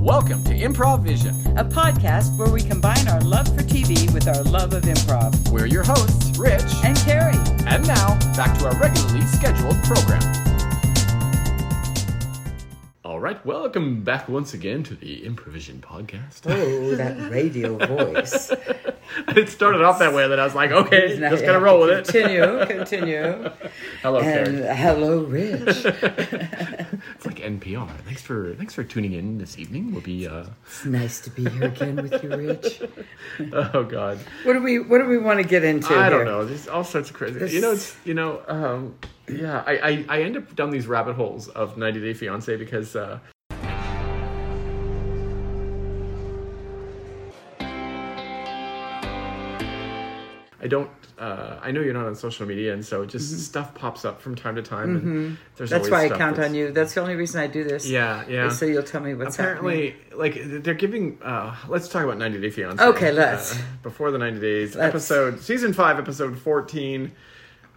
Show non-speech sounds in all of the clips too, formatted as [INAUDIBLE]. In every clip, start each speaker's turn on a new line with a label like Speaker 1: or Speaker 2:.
Speaker 1: Welcome to Improv Vision.
Speaker 2: a podcast where we combine our love for TV with our love of improv.
Speaker 1: We're your hosts, Rich,
Speaker 2: And Carrie,
Speaker 1: and now back to our regularly scheduled program.
Speaker 3: All right, welcome back once again to the Improvision Podcast. [LAUGHS]
Speaker 4: Oh, that radio voice.
Speaker 3: it started off that way, then I was like, okay, [LAUGHS]
Speaker 4: Now
Speaker 3: just
Speaker 4: you
Speaker 3: gonna
Speaker 4: have
Speaker 3: roll
Speaker 4: to
Speaker 3: with it.
Speaker 4: Continue, continue.
Speaker 3: [LAUGHS] Hello,
Speaker 4: and
Speaker 3: Karen.
Speaker 4: hello, Rich.
Speaker 3: It's like NPR. Thanks for thanks for tuning in this evening. We'll be uh,
Speaker 4: It's nice to be here again with you, Rich.
Speaker 3: [LAUGHS] oh god,
Speaker 4: What do we What do we want to get into?
Speaker 3: I don't
Speaker 4: here?
Speaker 3: know. There's all sorts of crazy.
Speaker 4: This-
Speaker 3: You know, it's you know, um, yeah. I, I I end up down these rabbit holes of 90 Day Fiance because uh, I don't. Uh, I know you're not on social media, and so just stuff pops up from time to time. And there's
Speaker 4: Mm-hmm. That's
Speaker 3: always
Speaker 4: why I
Speaker 3: stuff
Speaker 4: count
Speaker 3: that's-
Speaker 4: on you. That's the only reason I do this.
Speaker 3: Yeah, yeah.
Speaker 4: So you'll tell me what's happening.
Speaker 3: Apparently, like they're giving. Uh, let's talk about 90 Day Fiance.
Speaker 4: Okay, let's.
Speaker 3: Uh, before the 90 days,
Speaker 4: Let's.
Speaker 3: episode season five, episode 14.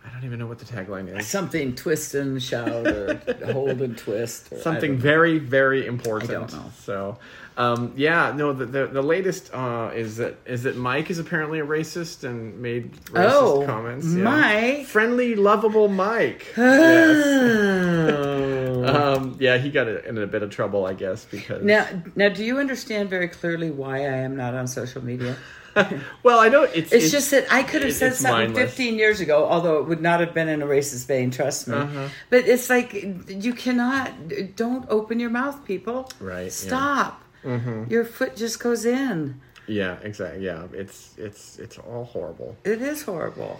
Speaker 3: I don't even know what the tagline is.
Speaker 4: Something twist and shout
Speaker 3: [LAUGHS]
Speaker 4: or hold and twist. Or I
Speaker 3: Something
Speaker 4: don't
Speaker 3: very, very important.
Speaker 4: I don't know.
Speaker 3: So, um, yeah, no. The, the the latest uh, is that is that Mike is apparently a racist and made racist
Speaker 4: Oh,
Speaker 3: comments.
Speaker 4: Mike.
Speaker 3: friendly, lovable Mike.
Speaker 4: [SIGHS]
Speaker 3: [LAUGHS] yes.
Speaker 4: [LAUGHS] know.
Speaker 3: Um, yeah, he got in a bit of trouble, I guess, because
Speaker 4: Now, now, do you understand very clearly why I am not on social media?
Speaker 3: [LAUGHS] well, I know it's
Speaker 4: It's, just that I could have
Speaker 3: it-
Speaker 4: said
Speaker 3: it's
Speaker 4: something
Speaker 3: mindless.
Speaker 4: 15 years ago, although it would not have been in a racist vein, trust me.
Speaker 3: Uh-huh.
Speaker 4: But it's like, you cannot, don't open your mouth, people.
Speaker 3: Right, yeah. Mm-hmm.
Speaker 4: Stop. Your foot just goes in.
Speaker 3: Yeah, exactly. Yeah, it's it's it's all horrible.
Speaker 4: It is horrible.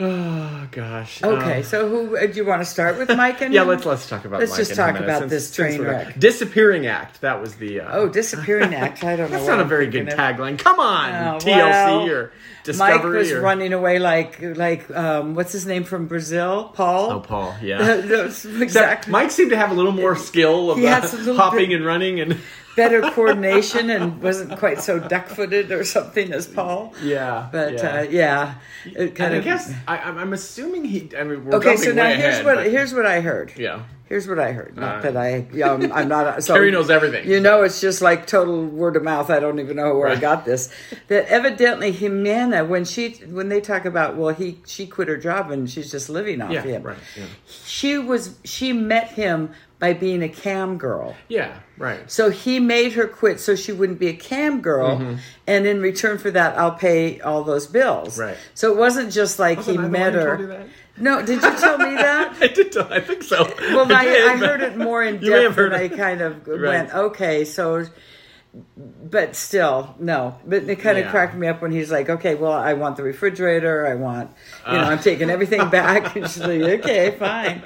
Speaker 3: Oh gosh.
Speaker 4: Okay,
Speaker 3: Um,
Speaker 4: so who uh, do you want to start with, Mike? And
Speaker 3: [LAUGHS] yeah, let's let's talk about.
Speaker 4: Let's
Speaker 3: Mike
Speaker 4: just
Speaker 3: and
Speaker 4: talk
Speaker 3: Jimenez,
Speaker 4: about
Speaker 3: since-
Speaker 4: this
Speaker 3: since
Speaker 4: train
Speaker 3: we're-
Speaker 4: wreck.
Speaker 3: Disappearing act. That was the. Uh,
Speaker 4: Oh, disappearing act. I don't
Speaker 3: [LAUGHS]
Speaker 4: know.
Speaker 3: that's
Speaker 4: what
Speaker 3: not a
Speaker 4: I'm
Speaker 3: very
Speaker 4: thinking
Speaker 3: good
Speaker 4: of.
Speaker 3: tagline. Come on,
Speaker 4: Oh,
Speaker 3: TLC
Speaker 4: well,
Speaker 3: or
Speaker 4: Mike
Speaker 3: Discovery
Speaker 4: was
Speaker 3: or.
Speaker 4: running away like like um, what's his name from Brazil, Paul. [LAUGHS]
Speaker 3: Oh, Paul. Yeah.
Speaker 4: exactly.
Speaker 3: Except Mike seemed to have a little more skill of
Speaker 4: He
Speaker 3: uh,
Speaker 4: has a little
Speaker 3: hopping
Speaker 4: bit-
Speaker 3: and running and
Speaker 4: better coordination and wasn't quite so duck-footed or something as Paul.
Speaker 3: yeah.
Speaker 4: But
Speaker 3: yeah.
Speaker 4: yeah, uh, yeah it
Speaker 3: and
Speaker 4: kind
Speaker 3: I
Speaker 4: of.
Speaker 3: guess I, I'm I'm assuming he. I mean, we're
Speaker 4: okay,
Speaker 3: jumping
Speaker 4: so now
Speaker 3: way
Speaker 4: here's
Speaker 3: ahead,
Speaker 4: what
Speaker 3: but-
Speaker 4: here's what I heard.
Speaker 3: Yeah.
Speaker 4: Here's what I heard. Not
Speaker 3: Uh.
Speaker 4: that I, yeah, I'm, I'm not. So
Speaker 3: Terry knows everything.
Speaker 4: You know, it's just like total word of mouth. I don't even know where
Speaker 3: Right.
Speaker 4: I got this. That evidently Jimena, when she when they talk about, well, he she quit her job and she's just living off
Speaker 3: Yeah.
Speaker 4: him.
Speaker 3: Right. Yeah.
Speaker 4: She was she met him by being a cam girl.
Speaker 3: Yeah. Right.
Speaker 4: So he made her quit so she wouldn't be a cam girl,
Speaker 3: Mm-hmm.
Speaker 4: and in return for that, I'll pay all those bills.
Speaker 3: Right.
Speaker 4: So it wasn't just like
Speaker 3: Wasn't I
Speaker 4: he
Speaker 3: the one
Speaker 4: met
Speaker 3: who
Speaker 4: her.
Speaker 3: told you that?
Speaker 4: No, did you tell me that?
Speaker 3: [LAUGHS] I did. Tell, I think so.
Speaker 4: Well, I,
Speaker 3: did,
Speaker 4: I,
Speaker 3: but-
Speaker 4: heard it more
Speaker 3: [LAUGHS]
Speaker 4: in
Speaker 3: You may have
Speaker 4: depth, and
Speaker 3: heard
Speaker 4: I
Speaker 3: it.
Speaker 4: kind of
Speaker 3: Right.
Speaker 4: went, okay, so. But still, no. But it kind of
Speaker 3: Yeah.
Speaker 4: cracked me up when he's like, "Okay, well, I want the refrigerator. I want, you
Speaker 3: Uh.
Speaker 4: know, I'm taking everything back." [LAUGHS] And she's like, "Okay,
Speaker 3: [LAUGHS]
Speaker 4: fine."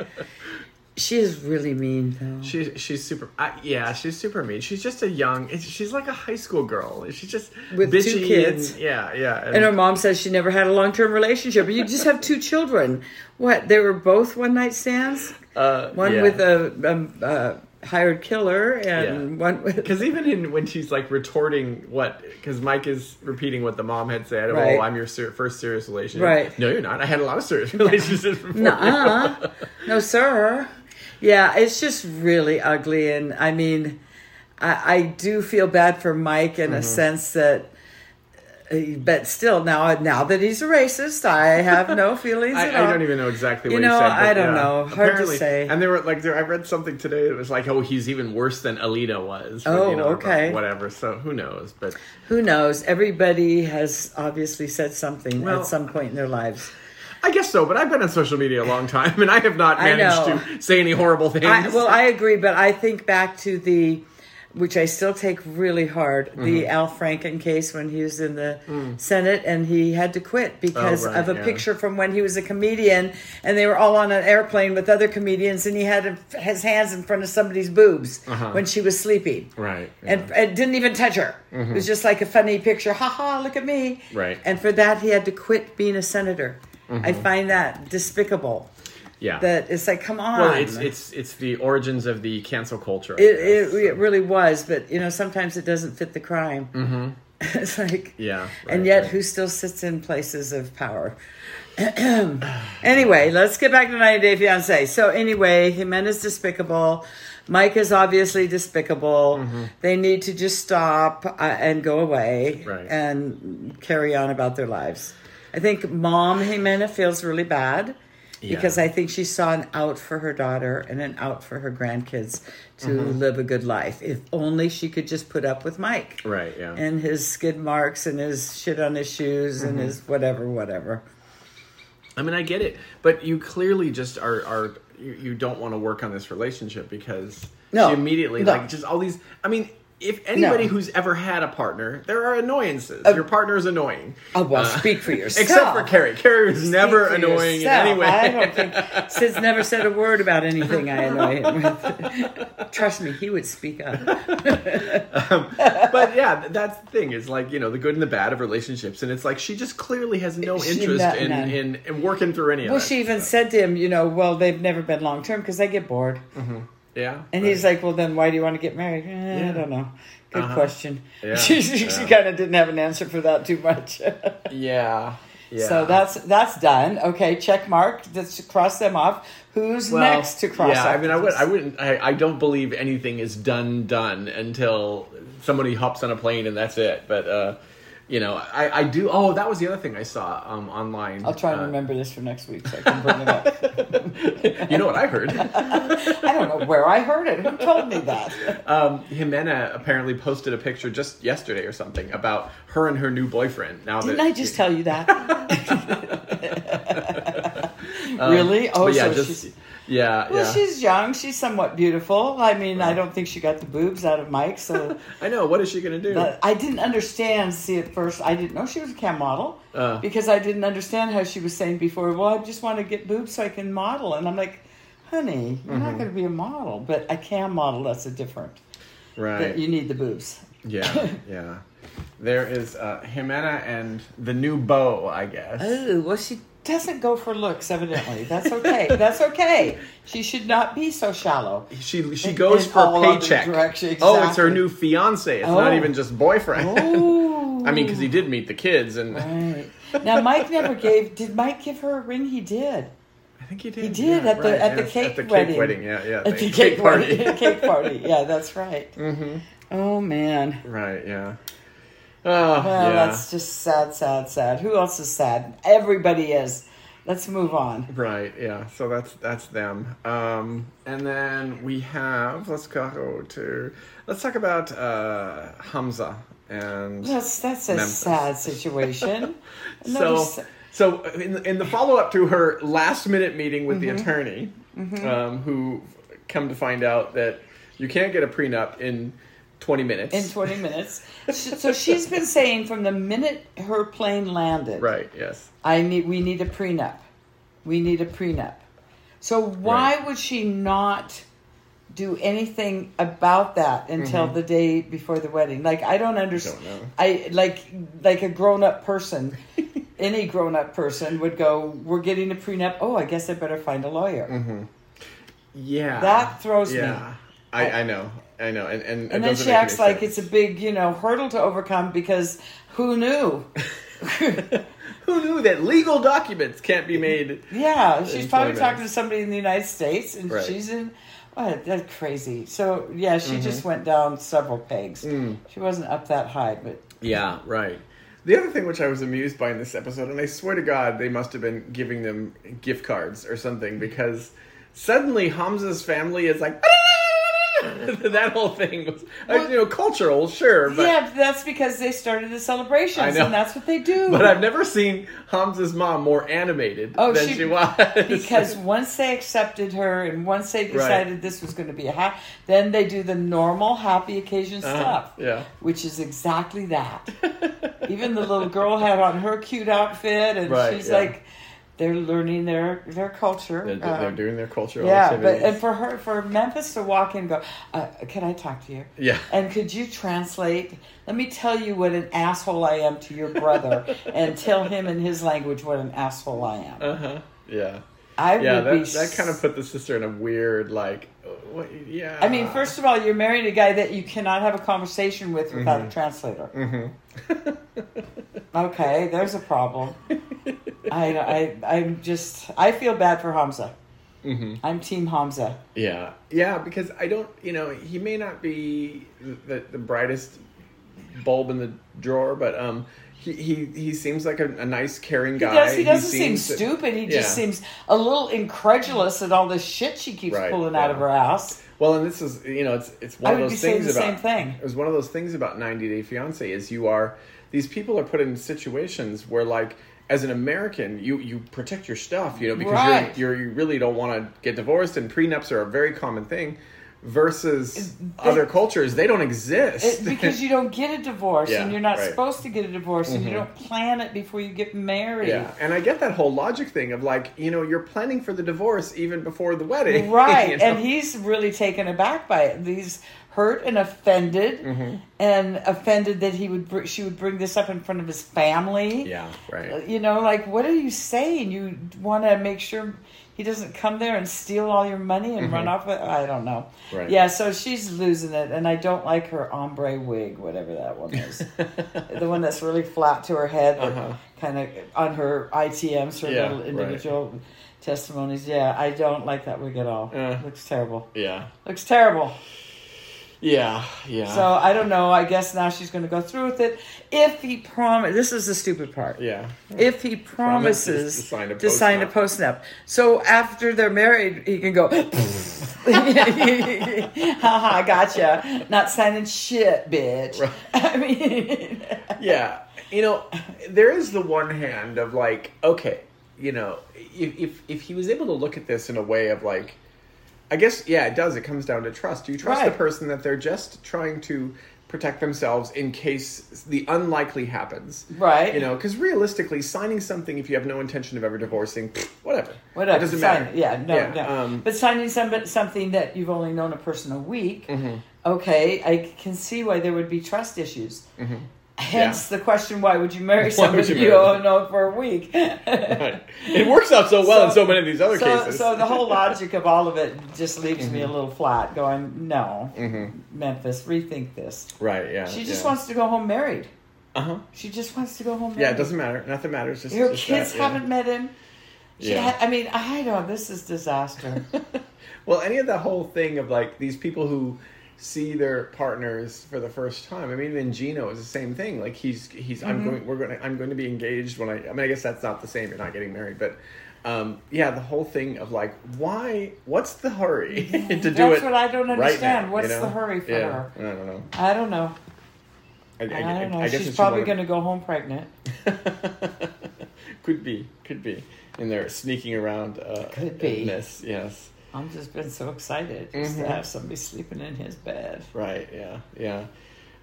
Speaker 4: She is really mean, though.
Speaker 3: She's she's super. I, yeah, she's super mean. She's just a young. it's- She's like a high school girl. She's just
Speaker 4: With two
Speaker 3: bitchy
Speaker 4: kids.
Speaker 3: and- yeah, yeah.
Speaker 4: And her mom says she never had a long term relationship. You just have two children. What? They were both one night stands?
Speaker 3: uh,
Speaker 4: One with a, um uh hired killer and
Speaker 3: Yeah.
Speaker 4: one with.
Speaker 3: Because even in when she's like retorting what, because Mike is repeating what the mom had said.
Speaker 4: Right.
Speaker 3: Oh, I'm your ser- first serious relationship.
Speaker 4: Right.
Speaker 3: No, you're not. I had a lot of serious [LAUGHS] relationships before. you."
Speaker 4: Nuh-uh. no, sir. Yeah, it's just really ugly. And I mean, I, I do feel bad for Mike in
Speaker 3: Mm-hmm.
Speaker 4: a sense that. uh, But still, now now that he's a racist, I have
Speaker 3: [LAUGHS]
Speaker 4: no feelings
Speaker 3: I,
Speaker 4: at all.
Speaker 3: I don't even know exactly
Speaker 4: You
Speaker 3: what he
Speaker 4: know,
Speaker 3: said. but
Speaker 4: I don't
Speaker 3: yeah.
Speaker 4: know. Hard to
Speaker 3: Apparently-
Speaker 4: say.
Speaker 3: And there were like there, I read something today that was like, oh, he's even worse than Alita was. but,
Speaker 4: Oh,
Speaker 3: you know, or
Speaker 4: okay.
Speaker 3: Whatever. So who knows? But
Speaker 4: Who knows? Everybody has obviously said something
Speaker 3: Well-
Speaker 4: at some point in their lives.
Speaker 3: I guess so, but I've been on social media a long time, and I have not
Speaker 4: I know.
Speaker 3: managed to say any horrible things.
Speaker 4: I, well, I agree, but I think back to the, which I still take really hard,
Speaker 3: Mm-hmm.
Speaker 4: the Al Franken case when he was in the Senate and he had to quit because
Speaker 3: Mm. Oh, right,
Speaker 4: of a
Speaker 3: yeah.
Speaker 4: picture from when he was a comedian and they were all on an airplane with other comedians and he had a- his hands in front of somebody's boobs
Speaker 3: Uh-huh.
Speaker 4: when she was sleeping.
Speaker 3: Right,
Speaker 4: And, and didn't even touch her. It was just like a funny picture. Ha ha, look at me.
Speaker 3: Mm-hmm. Right. Mm-hmm.
Speaker 4: And for that, he had to quit being a senator. I find that despicable.
Speaker 3: yeah.
Speaker 4: That it's like, come on.
Speaker 3: well, it's it's it's the origins of the cancel culture. I
Speaker 4: It,
Speaker 3: guess.
Speaker 4: it, it really was, but you know, sometimes it doesn't fit the crime. Mm-hmm. [LAUGHS] it's like,
Speaker 3: Yeah, right,
Speaker 4: and yet
Speaker 3: right.
Speaker 4: who still sits in places of power? [CLEARS THROAT] anyway, let's get back to 90 Day Fiance. So, anyway, Jimena's despicable. Mike is obviously despicable.
Speaker 3: Mm-hmm.
Speaker 4: They need to just stop uh, and go away
Speaker 3: Right.
Speaker 4: and carry on about their lives. I think Mom Jimena feels really bad because
Speaker 3: Yeah.
Speaker 4: I think she saw an out for her daughter and an out for her grandkids to
Speaker 3: Mm-hmm.
Speaker 4: live a good life. If only she could just put up with Mike
Speaker 3: Right. Yeah.
Speaker 4: and his skid marks and his shit on his shoes and his whatever, whatever.
Speaker 3: I mean, I get it, but you clearly just are are you, you don't want to work on this relationship because
Speaker 4: No.
Speaker 3: she immediately
Speaker 4: No.
Speaker 3: like just all these. I mean, if anybody
Speaker 4: No. Uh,
Speaker 3: who's ever had a partner, there are annoyances. Your partner is annoying.
Speaker 4: Oh, well,
Speaker 3: Uh,
Speaker 4: speak for yourself.
Speaker 3: [LAUGHS] Except for Carrie. Carrie was
Speaker 4: Speak
Speaker 3: never
Speaker 4: for
Speaker 3: annoying
Speaker 4: yourself.
Speaker 3: in any way.
Speaker 4: I don't think Sid's never said a word about anything I annoy him [LAUGHS] with. Trust me, he would speak up.
Speaker 3: [LAUGHS] but yeah, that's the thing. Is like you know the good and the bad of relationships, and it's like she just clearly has no
Speaker 4: She-
Speaker 3: interest
Speaker 4: no-
Speaker 3: in,
Speaker 4: none.
Speaker 3: in in working through any of
Speaker 4: Well,
Speaker 3: that
Speaker 4: she even
Speaker 3: stuff.
Speaker 4: said to him, you know, well, they've never been long term because they get bored.
Speaker 3: yeah,
Speaker 4: And
Speaker 3: right.
Speaker 4: he's like, well, then why do you want to get married? "Eh, I don't know. Good question.
Speaker 3: Yeah.
Speaker 4: [LAUGHS] She, she,
Speaker 3: Yeah.
Speaker 4: kind of didn't have an answer for that too much. [LAUGHS]
Speaker 3: yeah, yeah.
Speaker 4: So that's that's done. Okay, check mark. Let's cross them off. Who's
Speaker 3: Well,
Speaker 4: next to cross
Speaker 3: Yeah, I
Speaker 4: off?
Speaker 3: mean, I would,
Speaker 4: this?
Speaker 3: I wouldn't, I, I don't believe anything is done done until somebody hops on a plane and that's it. But uh, you know, I, I do. Oh, that was the other thing I saw um, online.
Speaker 4: I'll try and
Speaker 3: Uh,
Speaker 4: remember this for next week so I can bring it up.
Speaker 3: [LAUGHS] You know what I heard?
Speaker 4: I don't know where I heard it. Who told me that?
Speaker 3: um, Jimena apparently posted a picture just yesterday or something about her and her new boyfriend. Now
Speaker 4: Didn't
Speaker 3: that
Speaker 4: I just tell
Speaker 3: [LAUGHS]
Speaker 4: you that? really?
Speaker 3: Um,
Speaker 4: Oh,
Speaker 3: but yeah,
Speaker 4: so
Speaker 3: just
Speaker 4: she's
Speaker 3: yeah,
Speaker 4: well,
Speaker 3: yeah.
Speaker 4: she's young. She's somewhat beautiful. I mean, I don't think she got the boobs out of Mike. So
Speaker 3: I know. What is she gonna do?
Speaker 4: but I didn't understand. See, at first, I didn't know she was a cam model
Speaker 3: Uh.
Speaker 4: because I didn't understand how she was saying before. Well, I just want to get boobs so I can model, and I'm like, honey, you're
Speaker 3: Mm-hmm.
Speaker 4: not going to be a model, but a cam model. That's a different.
Speaker 3: right.
Speaker 4: That you need the boobs. [LAUGHS]
Speaker 3: yeah, yeah. There is uh, Jimena and the new beau, I guess.
Speaker 4: Oh, well, she doesn't go for looks, evidently. That's okay. That's okay. She should not be so shallow.
Speaker 3: She she
Speaker 4: It-
Speaker 3: goes
Speaker 4: it's
Speaker 3: for
Speaker 4: all other
Speaker 3: paycheck.
Speaker 4: direction,
Speaker 3: Oh, it's her
Speaker 4: exactly.
Speaker 3: new fiance. It's not
Speaker 4: Oh.
Speaker 3: even just boyfriend. [LAUGHS]
Speaker 4: Oh.
Speaker 3: I mean, because he did meet the kids, and
Speaker 4: Right. Now, Mike never gave. Did Mike give her a ring? He did.
Speaker 3: I think he did.
Speaker 4: He did
Speaker 3: yeah,
Speaker 4: at the
Speaker 3: right,
Speaker 4: at the
Speaker 3: yes,
Speaker 4: cake
Speaker 3: at the
Speaker 4: wedding.
Speaker 3: cake wedding. Yeah, yeah.
Speaker 4: At the cake party. cake party. Yeah, that's right. Mm-hmm. Oh man.
Speaker 3: [LAUGHS] right. Yeah. Oh,
Speaker 4: Well,
Speaker 3: yeah.
Speaker 4: that's just sad, sad, sad. Who else is sad? Everybody is. Let's move on.
Speaker 3: Right, yeah. So that's that's them. Um, and then we have let's go to let's talk about uh, Hamza and
Speaker 4: That's that's a
Speaker 3: Memphis. [LAUGHS]
Speaker 4: sad situation.
Speaker 3: so
Speaker 4: Another sa-
Speaker 3: so in the, in the follow up to her last minute meeting with
Speaker 4: Mm-hmm.
Speaker 3: the attorney, um, who come to find out that you can't get a prenup in twenty minutes.
Speaker 4: in 20 minutes. Sh- so she's been saying from the minute her plane landed,
Speaker 3: right? Yes.
Speaker 4: I need we need a prenup. We need a prenup. So why
Speaker 3: Right.
Speaker 4: would she not do anything about that until the day before the wedding? Like I don't understand.
Speaker 3: Mm-hmm. know.
Speaker 4: I like like a grown-up
Speaker 3: [LAUGHS]
Speaker 4: person, any grown-up person would go, "We're getting a prenup. Oh, I guess I better find a lawyer."
Speaker 3: Mm-hmm. Yeah.
Speaker 4: That throws me.
Speaker 3: yeah. I, I know. I know. And and, it
Speaker 4: And then
Speaker 3: doesn't make
Speaker 4: she
Speaker 3: any
Speaker 4: acts like
Speaker 3: sense.
Speaker 4: it's a big, you know, hurdle to overcome because who knew?
Speaker 3: [LAUGHS] Who knew that legal documents can't
Speaker 4: [LAUGHS]
Speaker 3: be made?
Speaker 4: Yeah, she's
Speaker 3: in
Speaker 4: probably
Speaker 3: 20
Speaker 4: talking to
Speaker 3: minutes.
Speaker 4: somebody in the United States, and
Speaker 3: Right.
Speaker 4: she's in. What? That's crazy. So yeah, she
Speaker 3: Mm-hmm.
Speaker 4: just went down several pegs.
Speaker 3: Mm.
Speaker 4: She wasn't up that high, but
Speaker 3: Yeah, right. The other thing which I was amused by in this episode, and I swear to God, they must have been giving them gift cards or something because suddenly Hamza's family is like [LAUGHS] that whole thing was I- you know cultural, sure, but
Speaker 4: yeah, that's because they started the
Speaker 3: I
Speaker 4: celebrations,
Speaker 3: know.
Speaker 4: and that's what they do.
Speaker 3: but I've never seen Hamza's mom more animated
Speaker 4: Oh,
Speaker 3: than she,
Speaker 4: she-
Speaker 3: was
Speaker 4: [LAUGHS]
Speaker 3: [LAUGHS]
Speaker 4: because once they accepted her, and once they decided this was going to be a happy, then they do the normal happy occasion
Speaker 3: Uh-huh.
Speaker 4: stuff.
Speaker 3: yeah. [LAUGHS]
Speaker 4: which is exactly that. Even the little girl had on her cute outfit, and
Speaker 3: Right,
Speaker 4: she's
Speaker 3: yeah.
Speaker 4: like, they're learning their their culture.
Speaker 3: they're,
Speaker 4: Uh,
Speaker 3: they're doing their cultural
Speaker 4: Yeah, but
Speaker 3: activities.
Speaker 4: and for her, for Memphis to walk in and go, uh, can I talk to you?
Speaker 3: Yeah.
Speaker 4: And could you translate? Let me tell you what an asshole I am to your brother,
Speaker 3: [LAUGHS]
Speaker 4: and tell him in his language what an asshole I am.
Speaker 3: uh-huh. Yeah.
Speaker 4: I
Speaker 3: Yeah,
Speaker 4: would
Speaker 3: that,
Speaker 4: be.
Speaker 3: that kind of put the sister in a weird like "Oh, what, yeah.
Speaker 4: I mean,
Speaker 3: [LAUGHS]
Speaker 4: first of all, you're marrying a guy that you cannot have a conversation
Speaker 3: Mm-hmm.
Speaker 4: with without a translator. okay, [LAUGHS] there's a problem. I, I, I'm just. I feel bad for Hamza.
Speaker 3: Mm-hmm.
Speaker 4: I'm Team Hamza.
Speaker 3: Yeah, yeah, because I don't, you know, he may not be the, the brightest bulb in the drawer, but um, he he, he seems like a, a nice, caring guy.
Speaker 4: He, does, he doesn't seem
Speaker 3: seems-
Speaker 4: stupid. He just
Speaker 3: yeah.
Speaker 4: seems a little incredulous at all this shit she keeps
Speaker 3: Right,
Speaker 4: pulling out of
Speaker 3: yeah.
Speaker 4: her
Speaker 3: [LAUGHS]
Speaker 4: ass.
Speaker 3: Well, and this is you know it's it's one
Speaker 4: I
Speaker 3: of
Speaker 4: would
Speaker 3: those
Speaker 4: be saying
Speaker 3: things
Speaker 4: the
Speaker 3: about
Speaker 4: same thing.
Speaker 3: It was one of those things about 90 Day Fiance is you are these people are put in situations where like as an American you you protect your stuff you know because
Speaker 4: Right.
Speaker 3: you're, you're you really don't want to get divorced and prenups are a very common thing versus other cultures they don't exist
Speaker 4: It, because you don't get a divorce
Speaker 3: Yeah,
Speaker 4: and you're not
Speaker 3: right. Mm-hmm.
Speaker 4: supposed to get a divorce and you don't plan it before you get married.
Speaker 3: yeah and I get that whole logic thing of like you know you're planning for the divorce even before the wedding [LAUGHS]
Speaker 4: [LAUGHS] Right.
Speaker 3: you know?
Speaker 4: And he's really taken aback by it. He's hurt and offended
Speaker 3: Mm-hmm.
Speaker 4: and offended that he would br- she would bring this up in front of his family.
Speaker 3: yeah right
Speaker 4: You know, like what are you saying? You want to make sure he doesn't come there and steal all your money and run off with I don't know.
Speaker 3: Mm-hmm. Right.
Speaker 4: Yeah, so she's losing it and I don't like her ombre wig, whatever that
Speaker 3: [LAUGHS]
Speaker 4: one is. the one that's really flat to her head kind of on her ITMs
Speaker 3: Uh-huh.
Speaker 4: her
Speaker 3: Yeah,
Speaker 4: little
Speaker 3: right.
Speaker 4: individual testimonies. Yeah, I don't like that wig at all.
Speaker 3: Uh.
Speaker 4: Looks terrible.
Speaker 3: yeah
Speaker 4: Looks terrible.
Speaker 3: yeah yeah
Speaker 4: So I don't know. I guess now she's going to go through with it. If he promise, this is the stupid part.
Speaker 3: yeah
Speaker 4: If he promises to sign a, postnup, so after they're married, he can go. [LAUGHS] Haha, gotcha. Not signing shit, bitch.
Speaker 3: Right.
Speaker 4: [LAUGHS] I mean,
Speaker 3: yeah you know there is the one hand of like okay you know if, if if he was able to look at this in a way of like i guess yeah it does it comes down to trust do you trust the
Speaker 4: Right.
Speaker 3: person that they're just trying to protect themselves in case the unlikely happens
Speaker 4: Right.
Speaker 3: you know because realistically signing something if you have no intention of ever divorcing pfft, whatever
Speaker 4: [LAUGHS] whatever.
Speaker 3: it doesn't
Speaker 4: sign
Speaker 3: matter
Speaker 4: it. Yeah, no, no.
Speaker 3: um,
Speaker 4: but signing some, something that you've only known a person a week,
Speaker 3: Mm-hmm.
Speaker 4: okay, I can see why there would be trust issues. Hence the question: Why would you marry
Speaker 3: Mm-hmm. [LAUGHS] Why would
Speaker 4: somebody
Speaker 3: you
Speaker 4: you,
Speaker 3: marry
Speaker 4: don't know for a week?
Speaker 3: [LAUGHS]
Speaker 4: [LAUGHS]
Speaker 3: right. it works out so well in so many of these other
Speaker 4: so,
Speaker 3: cases Mm-hmm.
Speaker 4: So the whole logic of all of it just leaves me a little flat. Going, no, Memphis, rethink this.
Speaker 3: right yeah
Speaker 4: She just
Speaker 3: Mm-hmm. Uh, yeah.
Speaker 4: wants to go home married.
Speaker 3: uh-huh
Speaker 4: She just wants to go home.
Speaker 3: yeah it
Speaker 4: married.
Speaker 3: doesn't matter nothing matters just
Speaker 4: Her
Speaker 3: just
Speaker 4: kids
Speaker 3: that, yeah.
Speaker 4: haven't met him. She
Speaker 3: Yeah.
Speaker 4: ha- I mean, I know this is
Speaker 3: [LAUGHS]
Speaker 4: disaster.
Speaker 3: Well, any of that whole thing of like these people who see their partners for the first time. I mean, then Gino is the same thing. Like he's he's
Speaker 4: Mm-hmm.
Speaker 3: I'm going we're going to, I'm going to be engaged when I I mean I guess that's not the same. You're not getting married, but um, yeah, the whole thing of like why what's the hurry [LAUGHS] to do it?
Speaker 4: That's what I don't
Speaker 3: right now,
Speaker 4: understand.
Speaker 3: you
Speaker 4: What's
Speaker 3: know?
Speaker 4: the hurry for
Speaker 3: Yeah,
Speaker 4: her?
Speaker 3: I don't know.
Speaker 4: I don't know.
Speaker 3: I, I,
Speaker 4: I, don't know.
Speaker 3: I guess
Speaker 4: She's probably
Speaker 3: going
Speaker 4: going to go home pregnant.
Speaker 3: to [LAUGHS] could be could be in there sneaking around. Uh,
Speaker 4: Could be.
Speaker 3: Yes, yes.
Speaker 4: I'm just been so excited just to
Speaker 3: Mhm.
Speaker 4: have somebody sleeping in his bed.
Speaker 3: Right. Yeah. Yeah.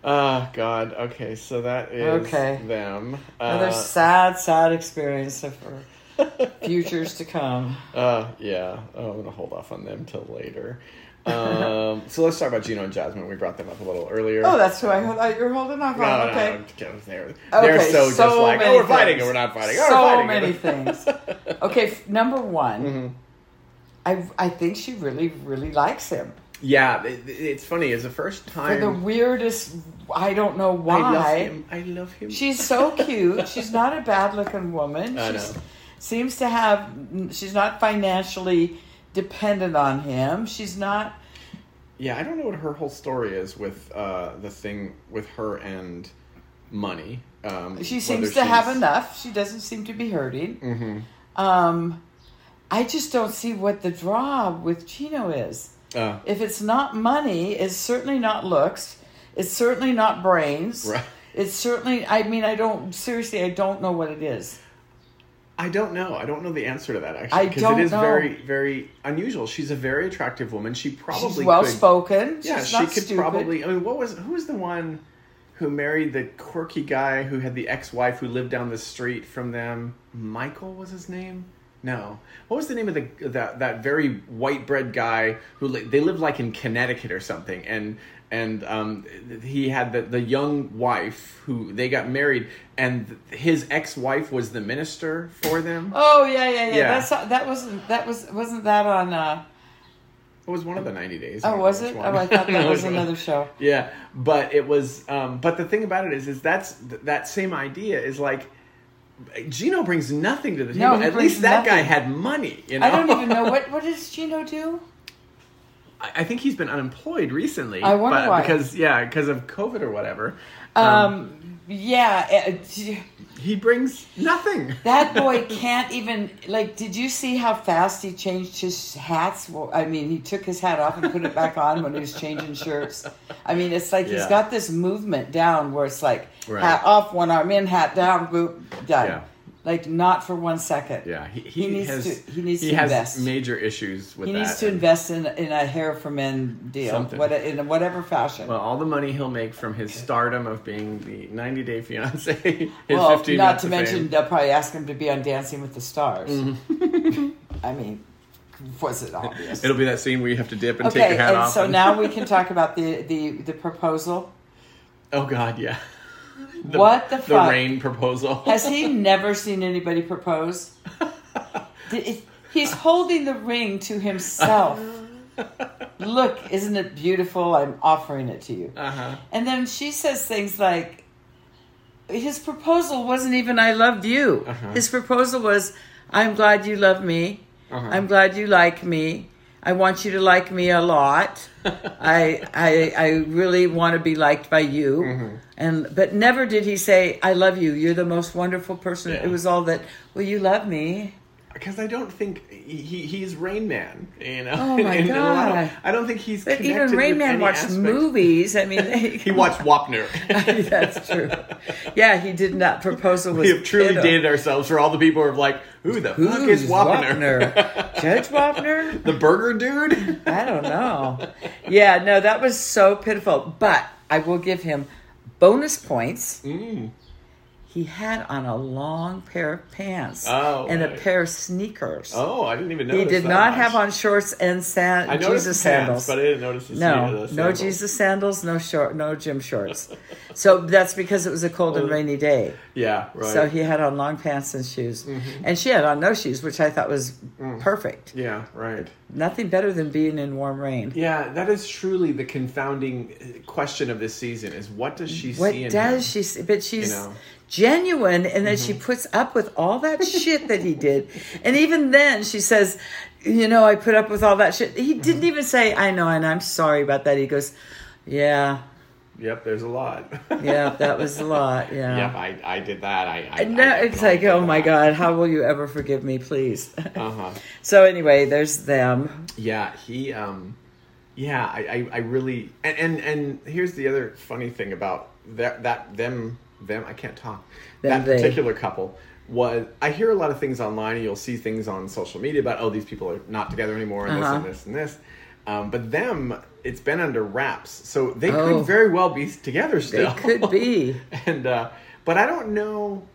Speaker 3: Ah, God. Okay. So that is
Speaker 4: Okay.
Speaker 3: them.
Speaker 4: Another
Speaker 3: Uh,
Speaker 4: sad, sad experience of her [LAUGHS] futures to come.
Speaker 3: [LAUGHS] uh, yeah. Oh, I'm gonna hold off on them till later. Um, so let's talk about Gino and Jasmine. We brought them up a little earlier.
Speaker 4: Oh, that's who I thought you were holding off on.
Speaker 3: no, no,
Speaker 4: okay.
Speaker 3: no, get there. They're
Speaker 4: Okay,
Speaker 3: so, just like,
Speaker 4: many
Speaker 3: oh, we're fighting
Speaker 4: things.
Speaker 3: and we're not fighting.
Speaker 4: So
Speaker 3: Oh, we're fighting. [LAUGHS] Mm-hmm.
Speaker 4: many things. Okay, f- number one, I I think she really really likes him
Speaker 3: Yeah, it, it's funny. It's the first
Speaker 4: for
Speaker 3: time
Speaker 4: the weirdest. I don't know why.
Speaker 3: I love him. I love him.
Speaker 4: She's so cute. She's not a bad looking woman.
Speaker 3: I
Speaker 4: She
Speaker 3: know.
Speaker 4: seems to have, she's not financially dependent on him. She's not,
Speaker 3: Yeah, I don't know what her whole story is with uh, the thing with her and money. Um,
Speaker 4: she
Speaker 3: whether
Speaker 4: seems to
Speaker 3: she's- Mm-hmm.
Speaker 4: have enough. She doesn't seem to be hurting. Um, I just don't see what the draw with Chino is.
Speaker 3: Uh,
Speaker 4: If it's not money, it's certainly not looks. It's certainly not brains.
Speaker 3: Right.
Speaker 4: It's certainly, I mean, I don't, seriously, I don't know what it is.
Speaker 3: I don't know. I don't know the answer to that actually
Speaker 4: I
Speaker 3: because
Speaker 4: don't
Speaker 3: it is
Speaker 4: know.
Speaker 3: very, very unusual. She's a very attractive woman. She probably
Speaker 4: She's well
Speaker 3: could-
Speaker 4: spoken.
Speaker 3: Yeah,
Speaker 4: She's
Speaker 3: she
Speaker 4: not
Speaker 3: could
Speaker 4: stupid.
Speaker 3: probably. I mean, what was who was the one who married the quirky guy who had the ex-wife who lived down the street from them? Michael was his name. No, what was the name of the that that very white bread guy who li- they lived like in Connecticut or something and. And um, he had the, the young wife who they got married, and his ex wife was the minister for them.
Speaker 4: Oh yeah, yeah, yeah.
Speaker 3: Yeah.
Speaker 4: That's that wasn't that was wasn't that on? uh
Speaker 3: It was one of the 90 days. I
Speaker 4: Oh,
Speaker 3: don't
Speaker 4: was
Speaker 3: know
Speaker 4: it?
Speaker 3: which
Speaker 4: Oh,
Speaker 3: one.
Speaker 4: I thought
Speaker 3: don't [LAUGHS]
Speaker 4: that
Speaker 3: know
Speaker 4: was
Speaker 3: which one.
Speaker 4: another show.
Speaker 3: Yeah, but it was. Um, but the thing about it is, is that's th- that same idea is like Gino brings nothing to the
Speaker 4: No,
Speaker 3: table.
Speaker 4: he
Speaker 3: At
Speaker 4: brings
Speaker 3: least that guy
Speaker 4: nothing.
Speaker 3: had money. You know?
Speaker 4: I don't even know what what does Gino do.
Speaker 3: [LAUGHS] I I think he's been unemployed recently.
Speaker 4: I wonder
Speaker 3: but
Speaker 4: why.
Speaker 3: Because yeah, because of COVID or whatever.
Speaker 4: Um, yeah, uh,
Speaker 3: He brings nothing.
Speaker 4: that boy can't even like. Did you see how fast he changed his hats? Well, I mean, he took his hat off and put it back on when he was changing shirts. I mean, it's like he's
Speaker 3: Yeah.
Speaker 4: got this movement down where it's like
Speaker 3: Right.
Speaker 4: hat off, one arm in, hat down, boop, done.
Speaker 3: Yeah.
Speaker 4: Like not for one second.
Speaker 3: [LAUGHS] Yeah, he, he,
Speaker 4: He needs
Speaker 3: has
Speaker 4: to- he needs to
Speaker 3: has
Speaker 4: invest.
Speaker 3: major issues with
Speaker 4: He
Speaker 3: that.
Speaker 4: needs to
Speaker 3: and-
Speaker 4: invest in in a hair for men deal,
Speaker 3: Something.
Speaker 4: what, in whatever fashion.
Speaker 3: Well, all the money he'll make from his stardom of being the 90 Day Fiance, [LAUGHS] his
Speaker 4: well,
Speaker 3: 15
Speaker 4: not
Speaker 3: minutes
Speaker 4: to
Speaker 3: of
Speaker 4: mention
Speaker 3: fame.
Speaker 4: they'll probably ask him to be on Dancing with the Stars. [LAUGHS] I mean, was it obvious?
Speaker 3: Mm-hmm. It'll be that scene where you have to dip and take
Speaker 4: okay,
Speaker 3: your hat
Speaker 4: and
Speaker 3: off.
Speaker 4: so
Speaker 3: and- [LAUGHS]
Speaker 4: now we can talk about the the the proposal.
Speaker 3: Oh God, yeah. [LAUGHS] The,
Speaker 4: What the fuck?
Speaker 3: rain proposal?
Speaker 4: Has he never seen anybody propose? Did- if- He's holding the ring to
Speaker 3: [LAUGHS]
Speaker 4: himself. Look, isn't it beautiful? I'm offering it to you.
Speaker 3: [LAUGHS] uh-huh.
Speaker 4: And then she says things like, his proposal wasn't even I loved you.
Speaker 3: Uh-huh.
Speaker 4: His proposal was, I'm glad you love me.
Speaker 3: Uh-huh.
Speaker 4: I'm glad you like me. I want you to like me a lot.
Speaker 3: [LAUGHS]
Speaker 4: I, I I really want to be liked by you.
Speaker 3: Mm-hmm.
Speaker 4: And but never did he say, I love you. You're the most wonderful person.
Speaker 3: Yeah.
Speaker 4: It was all that, well, you love me.
Speaker 3: Because I don't think he, he's Rain Man, you know. [LAUGHS]
Speaker 4: Oh, my
Speaker 3: a lot of-
Speaker 4: God.
Speaker 3: I don't think he's.
Speaker 4: But even
Speaker 3: connected
Speaker 4: Rain
Speaker 3: with
Speaker 4: Man
Speaker 3: any
Speaker 4: watched
Speaker 3: aspect.
Speaker 4: movies. I
Speaker 3: [LAUGHS]
Speaker 4: mean, they,
Speaker 3: He watched Wapner. [LAUGHS]
Speaker 4: [LAUGHS] That's true. Yeah, he did not. Proposal was
Speaker 3: we have truly
Speaker 4: piddle.
Speaker 3: dated ourselves for all the people who are like, who the fuck
Speaker 4: Who's
Speaker 3: is Wapner?
Speaker 4: Wapner? Judge Wapner?
Speaker 3: [LAUGHS] the burger dude. [LAUGHS]
Speaker 4: I don't know. Yeah, no, that was so pitiful. But I will give him bonus points.
Speaker 3: Mm.
Speaker 4: He had on a long pair of pants
Speaker 3: Oh,
Speaker 4: and a
Speaker 3: right.
Speaker 4: pair of sneakers.
Speaker 3: Oh, I didn't even know.
Speaker 4: he did not have on shorts and san-
Speaker 3: I noticed
Speaker 4: Jesus
Speaker 3: the pants,
Speaker 4: sandals.
Speaker 3: but I didn't notice the
Speaker 4: no,
Speaker 3: the
Speaker 4: no
Speaker 3: sandals.
Speaker 4: Jesus sandals, no short, no
Speaker 3: [LAUGHS]
Speaker 4: gym shorts. so that's because it was a cold and rainy day.
Speaker 3: Yeah, Oh, right. Mm-hmm.
Speaker 4: So he had on long pants and shoes, and she had on no shoes, which I thought was
Speaker 3: Mm.
Speaker 4: perfect.
Speaker 3: yeah, right.
Speaker 4: Nothing better than being in warm rain.
Speaker 3: Yeah, that is truly the confounding uh, question of this season: is what does she
Speaker 4: What
Speaker 3: see? in him?
Speaker 4: does she see? But she's
Speaker 3: know. Mm-hmm.
Speaker 4: genuine, and then she puts up with all that shit that he did. And even then, she says, You know, I put up with all that shit. He
Speaker 3: Mm-hmm.
Speaker 4: didn't even say, I know, and I'm sorry about that. He goes, Yeah,
Speaker 3: Yep, there's a lot.
Speaker 4: yeah, that was a lot.
Speaker 3: [LAUGHS]
Speaker 4: Yeah.
Speaker 3: Yep, I, I did that. I, I
Speaker 4: And now it's like, Oh my God, how will you ever forgive me, please? [LAUGHS]
Speaker 3: Uh huh.
Speaker 4: so, anyway, there's them.
Speaker 3: Yeah, he. Um, yeah, I, I, I really. And, and and here's the other funny thing about that that them them. I can't talk.
Speaker 4: Them,
Speaker 3: that
Speaker 4: they.
Speaker 3: particular couple was. I hear a lot of things online. and You'll see things on social media about oh these people are not together anymore and
Speaker 4: Uh-huh.
Speaker 3: this and this and this. Um, but them, it's been under wraps, so they
Speaker 4: Oh.
Speaker 3: could very well be together still.
Speaker 4: They could be.
Speaker 3: [LAUGHS] and uh, but I don't know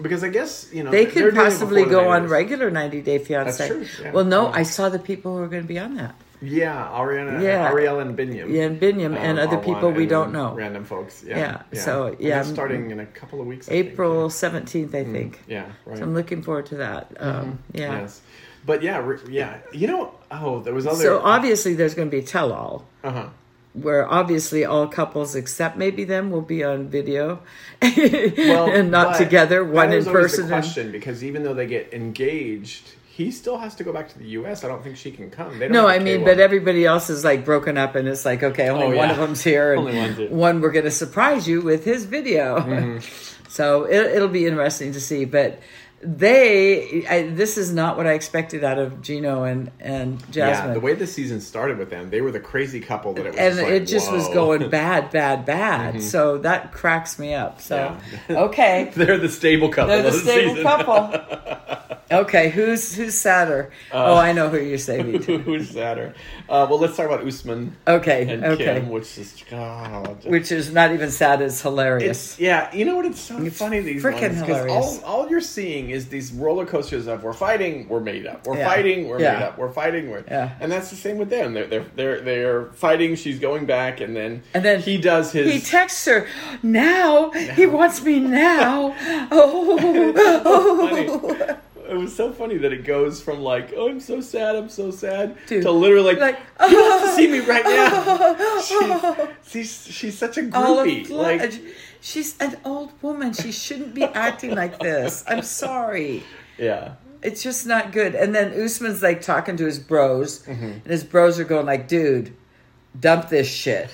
Speaker 3: because I guess you know
Speaker 4: They
Speaker 3: they're
Speaker 4: could
Speaker 3: doing it
Speaker 4: possibly
Speaker 3: before the
Speaker 4: go on
Speaker 3: 90s.
Speaker 4: regular 90 Day Fiance.
Speaker 3: true, yeah.
Speaker 4: Well, no,
Speaker 3: Yeah.
Speaker 4: I saw the people who are going to be on that.
Speaker 3: Yeah, Ariana,
Speaker 4: Yeah.
Speaker 3: Ariel and Binyam.
Speaker 4: Yeah, and Binyam and
Speaker 3: Um,
Speaker 4: other
Speaker 3: are
Speaker 4: people
Speaker 3: one,
Speaker 4: we
Speaker 3: and
Speaker 4: don't
Speaker 3: then
Speaker 4: know.
Speaker 3: Random folks. Yeah.
Speaker 4: Yeah, so,
Speaker 3: And
Speaker 4: yeah,
Speaker 3: that's starting in a couple of weeks. I think.
Speaker 4: April 17th, I think.
Speaker 3: Mm. Yeah. Right.
Speaker 4: So I'm looking forward to that. Um, yeah.
Speaker 3: Yes. But yeah, re- yeah. You know, oh, there was other.
Speaker 4: So obviously, there's going to be tell all. [LAUGHS]
Speaker 3: uh-huh.
Speaker 4: Where obviously all couples except maybe them will be on video
Speaker 3: Well,
Speaker 4: [LAUGHS] and not
Speaker 3: but
Speaker 4: together,
Speaker 3: that
Speaker 4: one in
Speaker 3: was always The
Speaker 4: person. and-
Speaker 3: question because even though they get engaged, he still has to go back to the U.S. I don't think she can come. They don't
Speaker 4: No,
Speaker 3: have
Speaker 4: I
Speaker 3: a
Speaker 4: mean,
Speaker 3: K1.
Speaker 4: but everybody else is like broken up, and it's like, okay, only
Speaker 3: Oh,
Speaker 4: one
Speaker 3: yeah.
Speaker 4: of them's here, and
Speaker 3: Only one's here.
Speaker 4: one we're going to surprise you with his video.
Speaker 3: Mm-hmm.
Speaker 4: [LAUGHS] so it, it'll be interesting to see. But they, I, this is not what I expected out of Gino and and Jasmine,
Speaker 3: yeah, the way the season started with them, they were the crazy couple that it was.
Speaker 4: and
Speaker 3: just like,
Speaker 4: it just was
Speaker 3: whoa. Mm-hmm.
Speaker 4: going bad, bad, bad. So that cracks me up. So
Speaker 3: Yeah. [LAUGHS]
Speaker 4: okay,
Speaker 3: [LAUGHS] They're the stable couple.
Speaker 4: they're the
Speaker 3: of the
Speaker 4: stable
Speaker 3: season.
Speaker 4: couple. Okay, who's who's sadder?
Speaker 3: Uh,
Speaker 4: oh, I know who you're saving.
Speaker 3: [LAUGHS] Who's sadder? Uh, well, let's talk about Usman.
Speaker 4: Okay,
Speaker 3: [LAUGHS] and
Speaker 4: okay.
Speaker 3: Kim, which is God.
Speaker 4: which is not even sad. It's hilarious.
Speaker 3: it's yeah, you know what? It's so
Speaker 4: It's
Speaker 3: funny these
Speaker 4: frickin'
Speaker 3: ones 'cause
Speaker 4: hilarious.
Speaker 3: all all you're seeing is these roller coasters of we're fighting, we're made up, we're
Speaker 4: Yeah.
Speaker 3: fighting, we're
Speaker 4: Yeah.
Speaker 3: made up, we're fighting, we're
Speaker 4: Yeah.
Speaker 3: and that's the same with them. They're they're they're they're fighting. She's going back, and then
Speaker 4: And then
Speaker 3: he does his
Speaker 4: he texts her
Speaker 3: [LAUGHS]
Speaker 4: now. Oh." He wants me now. Oh,
Speaker 3: It's
Speaker 4: [LAUGHS]
Speaker 3: so [LAUGHS] funny. it was so funny that it goes from like, oh, I'm so sad, I'm so sad,
Speaker 4: To-
Speaker 3: to literally like,
Speaker 4: like,
Speaker 3: you have
Speaker 4: [LAUGHS]
Speaker 3: to see me right now. she's, she's she's such a groupie.
Speaker 4: Glen-
Speaker 3: Like
Speaker 4: she's an old woman. She shouldn't be acting like this. I'm sorry.
Speaker 3: yeah, [LAUGHS]
Speaker 4: It's just not good. And then Usman's like talking to his bros,
Speaker 3: Mm-hmm.
Speaker 4: and his bros are going like, "Dude, dump
Speaker 3: [LAUGHS]
Speaker 4: this shit."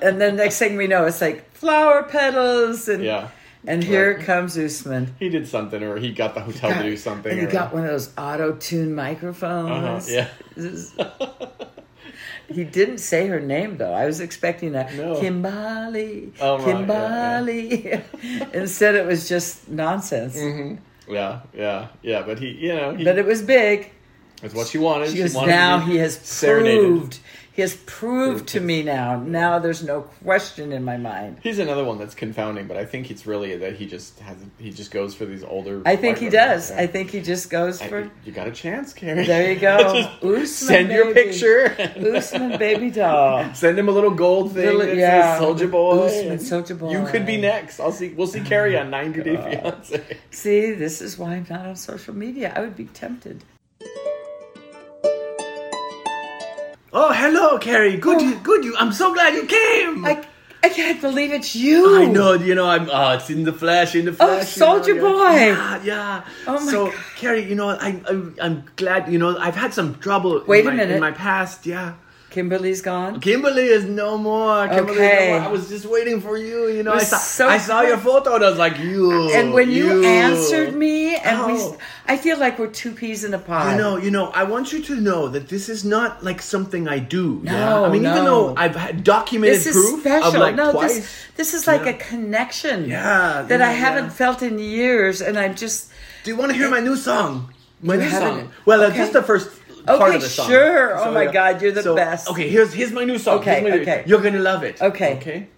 Speaker 4: and then next thing we know, it's like flower petals, and
Speaker 3: yeah.
Speaker 4: and here comes Usman.
Speaker 3: He did something, or he got the hotel to do something.
Speaker 4: And he
Speaker 3: or-
Speaker 4: got one of those auto tune
Speaker 3: Uh-huh,
Speaker 4: microphones.
Speaker 3: yeah.
Speaker 4: This is- he didn't say her name though. I was expecting that
Speaker 3: No.
Speaker 4: Kimbali,
Speaker 3: Oh, right, yeah, Mm-hmm.
Speaker 4: Kimbali. [LAUGHS] Instead, it was just nonsense.
Speaker 3: [LAUGHS] Yeah, yeah, yeah. But he, you know, he,
Speaker 4: But it was big.
Speaker 3: it's what she wanted.
Speaker 4: She goes,
Speaker 3: wanted to
Speaker 4: now
Speaker 3: be
Speaker 4: he has
Speaker 3: serenaded."
Speaker 4: proved. He has proved to me now. Now there's no question in my mind.
Speaker 3: He's another one that's confounding, but I think it's really that he just has he just goes for these older.
Speaker 4: I think
Speaker 3: white
Speaker 4: he
Speaker 3: women.
Speaker 4: does.
Speaker 3: Yeah.
Speaker 4: I think he just goes
Speaker 3: I-
Speaker 4: for.
Speaker 3: you got a chance, Carrie. [LAUGHS]
Speaker 4: There you go.
Speaker 3: Just
Speaker 4: Usman,
Speaker 3: send your
Speaker 4: baby.
Speaker 3: picture. [LAUGHS]
Speaker 4: Usman baby doll.
Speaker 3: send him a little gold thing
Speaker 4: Little-
Speaker 3: that
Speaker 4: yeah.
Speaker 3: says Soldier Boy.
Speaker 4: Usman, Soulja Boy.
Speaker 3: You could be next. I'll see. We'll see Carrie on 90 Day Fiance.
Speaker 4: See, this is why I'm not on social media. I would be tempted.
Speaker 3: Oh, hello, Carrie. Good, you, good. You. I'm so glad you came.
Speaker 4: I, I can't believe it's you.
Speaker 3: I know, you know, I'm. Oh, it's in the flash, in the
Speaker 4: Oh,
Speaker 3: flash. you know,
Speaker 4: Soulja
Speaker 3: yeah.
Speaker 4: Boy.
Speaker 3: Yeah, yeah.
Speaker 4: Oh my
Speaker 3: so,
Speaker 4: God.
Speaker 3: Carrie, you know, I'm, I'm, I'm glad. You know, I've had some trouble.
Speaker 4: Wait a
Speaker 3: in my,
Speaker 4: minute.
Speaker 3: In my past, yeah.
Speaker 4: Kimberly's gone.
Speaker 3: Kimberly is no more. Kimberly
Speaker 4: Okay.
Speaker 3: is no more. I was just waiting for you. You know, I
Speaker 4: It was
Speaker 3: saw,
Speaker 4: so
Speaker 3: I saw
Speaker 4: quick.
Speaker 3: your photo, and I was like, Oh, you.
Speaker 4: And when you, answered me, and
Speaker 3: Oh.
Speaker 4: we, I feel like we're two peas in a pod.
Speaker 3: You know, you know, I want you to know that this is not like something I do. No,
Speaker 4: No,
Speaker 3: I mean, even
Speaker 4: no.
Speaker 3: though I've had documented
Speaker 4: this is
Speaker 3: proof
Speaker 4: special.
Speaker 3: of like
Speaker 4: no,
Speaker 3: twice.
Speaker 4: this this is like
Speaker 3: Yeah.
Speaker 4: a connection.
Speaker 3: Yeah,
Speaker 4: that
Speaker 3: yeah,
Speaker 4: I haven't
Speaker 3: yeah.
Speaker 4: felt in years, and I'm just
Speaker 3: Do you want to hear my new song? My
Speaker 4: You
Speaker 3: new
Speaker 4: haven't-
Speaker 3: song. Well, uh,
Speaker 4: okay.
Speaker 3: just the first part
Speaker 4: Okay,
Speaker 3: of the song.
Speaker 4: sure. Oh my God, you're the best.
Speaker 3: Okay, here's here's my new song.
Speaker 4: Okay,
Speaker 3: Here's my new-
Speaker 4: okay.
Speaker 3: You're gonna love it.
Speaker 4: Okay.
Speaker 3: Okay.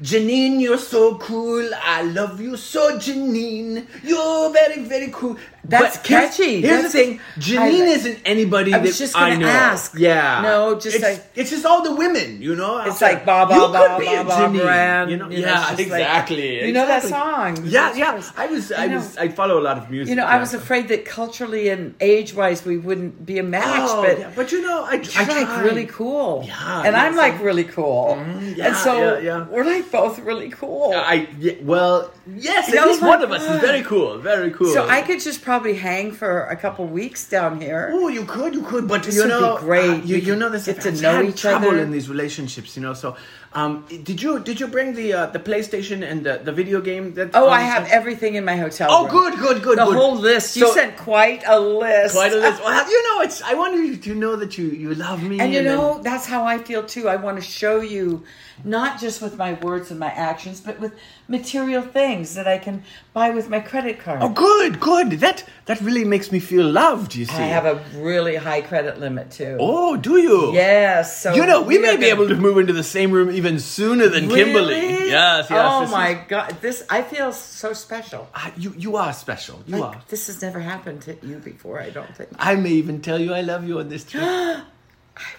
Speaker 3: Janine, you're so cool. I love you so, Janine. You're very, very cool.
Speaker 4: That's
Speaker 3: here's-
Speaker 4: catchy.
Speaker 3: Here's
Speaker 4: That's-
Speaker 3: the thing: Janine
Speaker 4: I-
Speaker 3: isn't anybody
Speaker 4: I was
Speaker 3: that
Speaker 4: just
Speaker 3: I
Speaker 4: gonna
Speaker 3: know.
Speaker 4: ask.
Speaker 3: Yeah.
Speaker 4: No, just
Speaker 3: it's,
Speaker 4: like-
Speaker 3: it's just all the women, you know.
Speaker 4: It's
Speaker 3: I'll
Speaker 4: like
Speaker 3: say,
Speaker 4: Ba Ba
Speaker 3: you
Speaker 4: Ba
Speaker 3: could be
Speaker 4: Ba
Speaker 3: a
Speaker 4: Ba
Speaker 3: Janine,
Speaker 4: Brand,
Speaker 3: You know?
Speaker 4: you know,
Speaker 3: yeah,
Speaker 4: it's just like-
Speaker 3: exactly.
Speaker 4: you know that
Speaker 3: exactly.
Speaker 4: song.
Speaker 3: Yeah,
Speaker 4: It's
Speaker 3: yeah.
Speaker 4: just-
Speaker 3: I was,
Speaker 4: I
Speaker 3: I
Speaker 4: know.
Speaker 3: was, I follow a lot of music.
Speaker 4: you know I was
Speaker 3: yeah.
Speaker 4: afraid that culturally and age wise we wouldn't be a match,
Speaker 3: Oh,
Speaker 4: but
Speaker 3: yeah, but you know, I, I
Speaker 4: you're like
Speaker 3: tried.
Speaker 4: really cool,
Speaker 3: Yeah,
Speaker 4: and
Speaker 3: yeah,
Speaker 4: I'm
Speaker 3: so- Mm,
Speaker 4: like really cool,
Speaker 3: yeah,
Speaker 4: and so
Speaker 3: yeah, yeah.
Speaker 4: we're like both really cool.
Speaker 3: I yeah, well, yes,
Speaker 4: Oh
Speaker 3: at least
Speaker 4: my
Speaker 3: one of us is
Speaker 4: God.
Speaker 3: very cool, very cool.
Speaker 4: so I could just probably hang for a couple weeks down here.
Speaker 3: Oh, you could, you could, but
Speaker 4: This
Speaker 3: you
Speaker 4: would be
Speaker 3: know,
Speaker 4: great.
Speaker 3: uh, you,
Speaker 4: We
Speaker 3: you
Speaker 4: could
Speaker 3: know, this
Speaker 4: get to
Speaker 3: I've
Speaker 4: know
Speaker 3: had
Speaker 4: each
Speaker 3: trouble
Speaker 4: other.
Speaker 3: in these relationships, you know. So, um, did you did you bring the uh, the PlayStation and the, the video game? That
Speaker 4: Oh,
Speaker 3: um,
Speaker 4: I have everything in my hotel.
Speaker 3: Oh,
Speaker 4: room.
Speaker 3: good, good, good.
Speaker 4: The
Speaker 3: good.
Speaker 4: whole list. You
Speaker 3: So-
Speaker 4: sent quite a list.
Speaker 3: Quite a
Speaker 4: [LAUGHS]
Speaker 3: list. Well, you know, it's. I wanted you to know that you you love me,
Speaker 4: And you
Speaker 3: then-
Speaker 4: know, that's how I feel too. I want to show you, not just with my words and my actions, but with material things that I can buy with my credit card.
Speaker 3: Oh, good, good. That that really makes me feel loved. You see,
Speaker 4: I have a really high credit limit too.
Speaker 3: Oh, do you?
Speaker 4: Yes. So
Speaker 3: You know, we, may
Speaker 4: are
Speaker 3: be
Speaker 4: gonna-
Speaker 3: able to move into the same room even sooner than Kimberly.
Speaker 4: Really?
Speaker 3: Yes, yes.
Speaker 4: Oh
Speaker 3: this
Speaker 4: my
Speaker 3: is-
Speaker 4: god! This I feel so special.
Speaker 3: Ah, you, you are special. You are.
Speaker 4: Like, this has never happened to you before. I don't think.
Speaker 3: I may even tell you I love you on this
Speaker 4: [GASPS]
Speaker 3: trip.
Speaker 4: I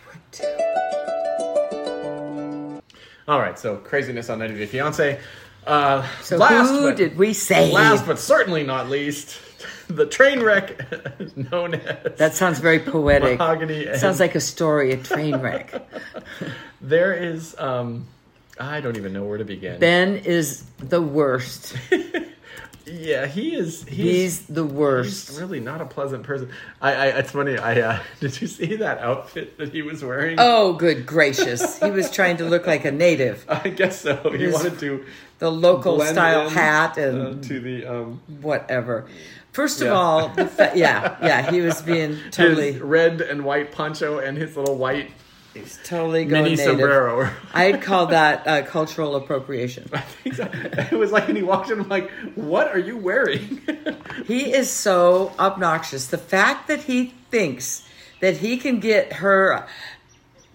Speaker 4: would too.
Speaker 3: All right, so craziness on 90 Day Fiance. Uh,
Speaker 4: So
Speaker 3: last
Speaker 4: who
Speaker 3: but,
Speaker 4: did we save?
Speaker 3: Last but certainly not least, [LAUGHS] the train wreck [LAUGHS] known as.
Speaker 4: That sounds very poetic.
Speaker 3: Mahogany and-
Speaker 4: Sounds like a story, a train
Speaker 3: [LAUGHS]
Speaker 4: wreck.
Speaker 3: There is. Um, I don't even know where to begin.
Speaker 4: ben is the worst.
Speaker 3: [LAUGHS] yeah, he is. He's
Speaker 4: He's the
Speaker 3: He's
Speaker 4: worst.
Speaker 3: really not a pleasant person. I, I it's funny. I uh, [LAUGHS] did you see that outfit that he was wearing?
Speaker 4: Oh, good gracious. He was trying to look like a native.
Speaker 3: [LAUGHS] I guess so. He
Speaker 4: was
Speaker 3: wanted to
Speaker 4: The local
Speaker 3: blend
Speaker 4: style
Speaker 3: in,
Speaker 4: hat
Speaker 3: uh,
Speaker 4: and
Speaker 3: to the um
Speaker 4: whatever. First of
Speaker 3: Yeah.
Speaker 4: all, the fa- yeah, yeah, he was being
Speaker 3: his
Speaker 4: totally,
Speaker 3: red and white poncho and his little white
Speaker 4: he's totally going
Speaker 3: mini
Speaker 4: native.
Speaker 3: sombrero. [LAUGHS]
Speaker 4: I'd call that uh, cultural appropriation.
Speaker 3: it was like, and he walked in I'm like, "What are you wearing?" [LAUGHS]
Speaker 4: He is so obnoxious. The fact that he thinks that he can get her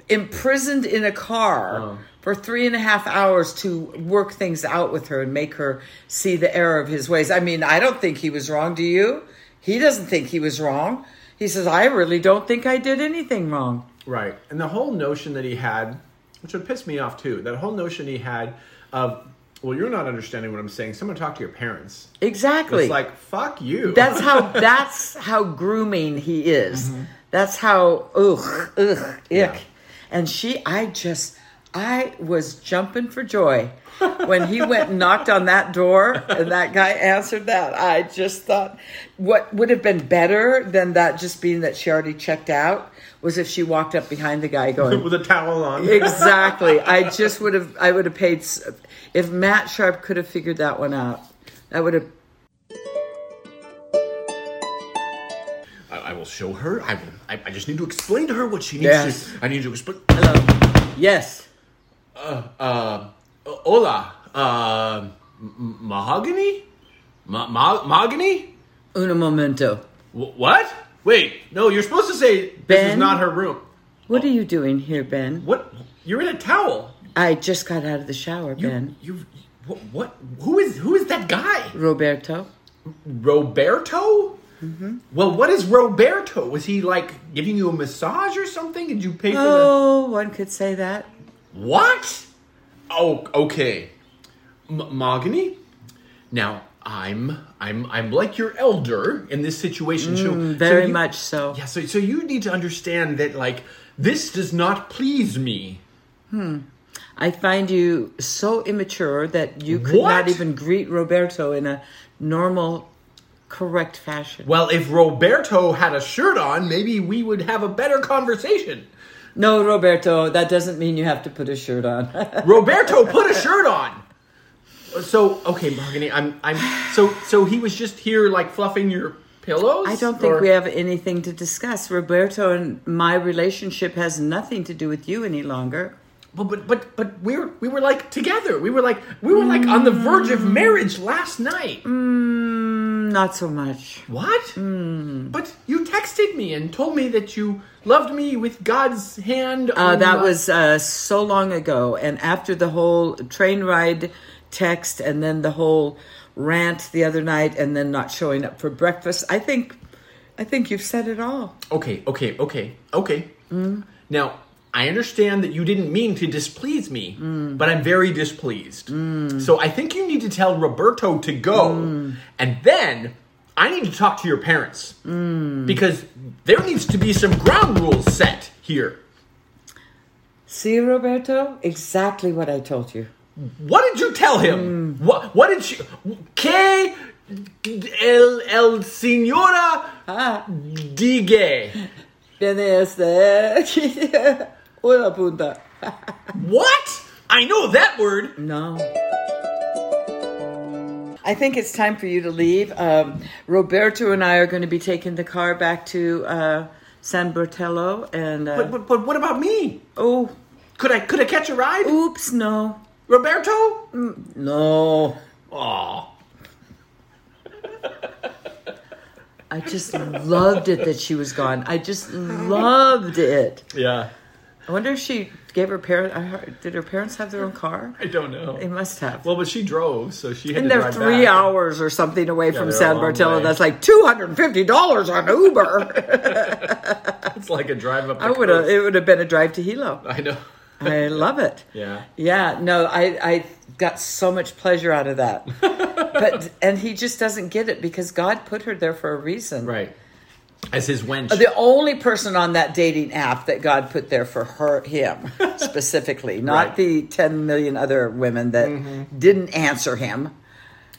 Speaker 4: imprisoned in a car
Speaker 3: Oh.
Speaker 4: for three and a half hours to work things out with her and make her see the error of his ways. I mean, I don't think he was wrong. Do you? He doesn't think he was wrong. He says, I really don't think I did anything wrong.
Speaker 3: Right. And the whole notion that he had, which would piss me off too, that whole notion he had of well, you're not understanding what I'm saying. Someone talk to your parents.
Speaker 4: Exactly.
Speaker 3: It's like, fuck you.
Speaker 4: that's how that's how grooming he is. That's how ugh ugh ick.
Speaker 3: Yeah.
Speaker 4: And she, I just, I was jumping for joy when he went and knocked on that door, and that guy answered that. I just thought, what would have been better than that just being that she already checked out was if she walked up behind the guy going,
Speaker 3: with a towel on.
Speaker 4: exactly. I just would have. I would have paid. s- If Matt Sharp could have figured that one out, that would have.
Speaker 3: I, I will show her. I, will, I I just need to explain to her what she needs
Speaker 4: Yes.
Speaker 3: to. I need to explain.
Speaker 4: Hello. Yes.
Speaker 3: Uh, hola. Uh, m- m- mahogany? Ma- ma- mahogany?
Speaker 4: Un momento.
Speaker 3: Wh- what? Wait, no, you're supposed to say this is
Speaker 4: Ben?
Speaker 3: not her room.
Speaker 4: What are you doing here, Ben?
Speaker 3: What? You're in a towel.
Speaker 4: I just got out of the shower, Ben.
Speaker 3: You, what, what? Who is who is that guy?
Speaker 4: Roberto.
Speaker 3: Roberto?
Speaker 4: Mm-hmm.
Speaker 3: Well, what is Roberto? Was he like giving you a massage or something? Did you pay for the
Speaker 4: Oh, one could say that.
Speaker 3: What? Oh, okay. M- Mogany? Now, I'm I'm I'm like your elder in this situation. so- so
Speaker 4: Mm, Very
Speaker 3: you-
Speaker 4: much so.
Speaker 3: Yeah, so so you need to understand that like this does not please me.
Speaker 4: I find you so immature that you could
Speaker 3: What?
Speaker 4: not even greet Roberto in a normal, correct fashion.
Speaker 3: Well, if Roberto had a shirt on, maybe we would have a better conversation.
Speaker 4: No, Roberto, that doesn't mean you have to put a shirt on. [LAUGHS]
Speaker 3: [LAUGHS] Roberto put a shirt on. So okay, Mahogany, I'm I'm so so he was just here like fluffing your pillows.
Speaker 4: I don't think
Speaker 3: Or-
Speaker 4: we have anything to discuss. Roberto and my relationship has nothing to do with you any longer.
Speaker 3: But but but but we were we were like together. We were like we were like on the verge of
Speaker 4: Mm.
Speaker 3: marriage last night.
Speaker 4: Not so much.
Speaker 3: What?
Speaker 4: Mm.
Speaker 3: But you texted me and told me that you loved me with God's hand.
Speaker 4: Uh,
Speaker 3: on
Speaker 4: that
Speaker 3: my-
Speaker 4: was uh, so long ago. And after the whole train ride text and then the whole rant the other night and then not showing up for breakfast, I think. I think you've said it all.
Speaker 3: okay. Okay. Okay. Okay.
Speaker 4: Mm.
Speaker 3: Now. I understand that you didn't mean to displease me,
Speaker 4: Mm.
Speaker 3: but I'm very displeased. So I think you need to tell Roberto to go,
Speaker 4: Mm.
Speaker 3: and then I need to talk to your parents
Speaker 4: Mm.
Speaker 3: because there needs to be some ground rules set here.
Speaker 4: See, Roberto? Exactly what I told you.
Speaker 3: What did you tell
Speaker 4: Mm.
Speaker 3: him? What what did you que el el señora
Speaker 4: Ah.
Speaker 3: diga?
Speaker 4: Tienes [LAUGHS] de- una [LAUGHS] punta.
Speaker 3: What? I know that word.
Speaker 4: No. I think it's time for you to leave. Um, Roberto and I are going to be taking the car back to uh, San Bertello, and uh,
Speaker 3: But, but but what about me?
Speaker 4: oh,
Speaker 3: Could I could I catch a ride?
Speaker 4: oops, no,
Speaker 3: Roberto?
Speaker 4: Mm. no.
Speaker 3: Aw.
Speaker 4: I just loved it that she was gone. I just loved it.
Speaker 3: Yeah.
Speaker 4: I wonder if she gave her parents. Did her parents have their own car?
Speaker 3: I don't know.
Speaker 4: They must have.
Speaker 3: Well, but she drove, so she had
Speaker 4: and
Speaker 3: to
Speaker 4: they're
Speaker 3: drive
Speaker 4: three
Speaker 3: back.
Speaker 4: hours or something away from
Speaker 3: they're a
Speaker 4: San
Speaker 3: long
Speaker 4: Bartolo.
Speaker 3: way.
Speaker 4: That's like two hundred and fifty dollars on Uber.
Speaker 3: It's like a drive up. The
Speaker 4: I would have. It would have been a drive to Hilo.
Speaker 3: I know.
Speaker 4: I love it.
Speaker 3: Yeah. [LAUGHS]
Speaker 4: Yeah. No, I I got so much pleasure out of that. but and he just doesn't get it because God put her there for a reason.
Speaker 3: Right. As his wench.
Speaker 4: The only person on that dating app that God put there for her, him
Speaker 3: [LAUGHS]
Speaker 4: specifically, not
Speaker 3: Right. Mm-hmm.
Speaker 4: the ten million other women that didn't answer him.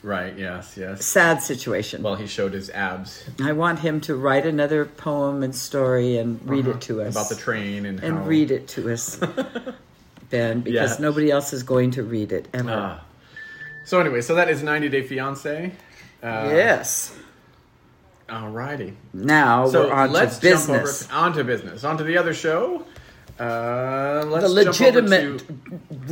Speaker 3: right. Yes. Yes.
Speaker 4: Sad situation.
Speaker 3: Well, he showed his abs
Speaker 4: I want him to write another poem and story and read it to us
Speaker 3: Uh-huh. about the train and
Speaker 4: and
Speaker 3: how-
Speaker 4: read it
Speaker 3: [LAUGHS]
Speaker 4: to us, Ben, because
Speaker 3: Yeah.
Speaker 4: nobody else is going to read it ever.
Speaker 3: Ah. So anyway, so that is 90 Day Fiance. Uh,
Speaker 4: yes.
Speaker 3: Alrighty.
Speaker 4: Now
Speaker 3: So
Speaker 4: we're on
Speaker 3: let's
Speaker 4: to business.
Speaker 3: jump over onto business, onto the other show. Uh, let's
Speaker 4: the
Speaker 3: jump over
Speaker 4: legitimate,
Speaker 3: to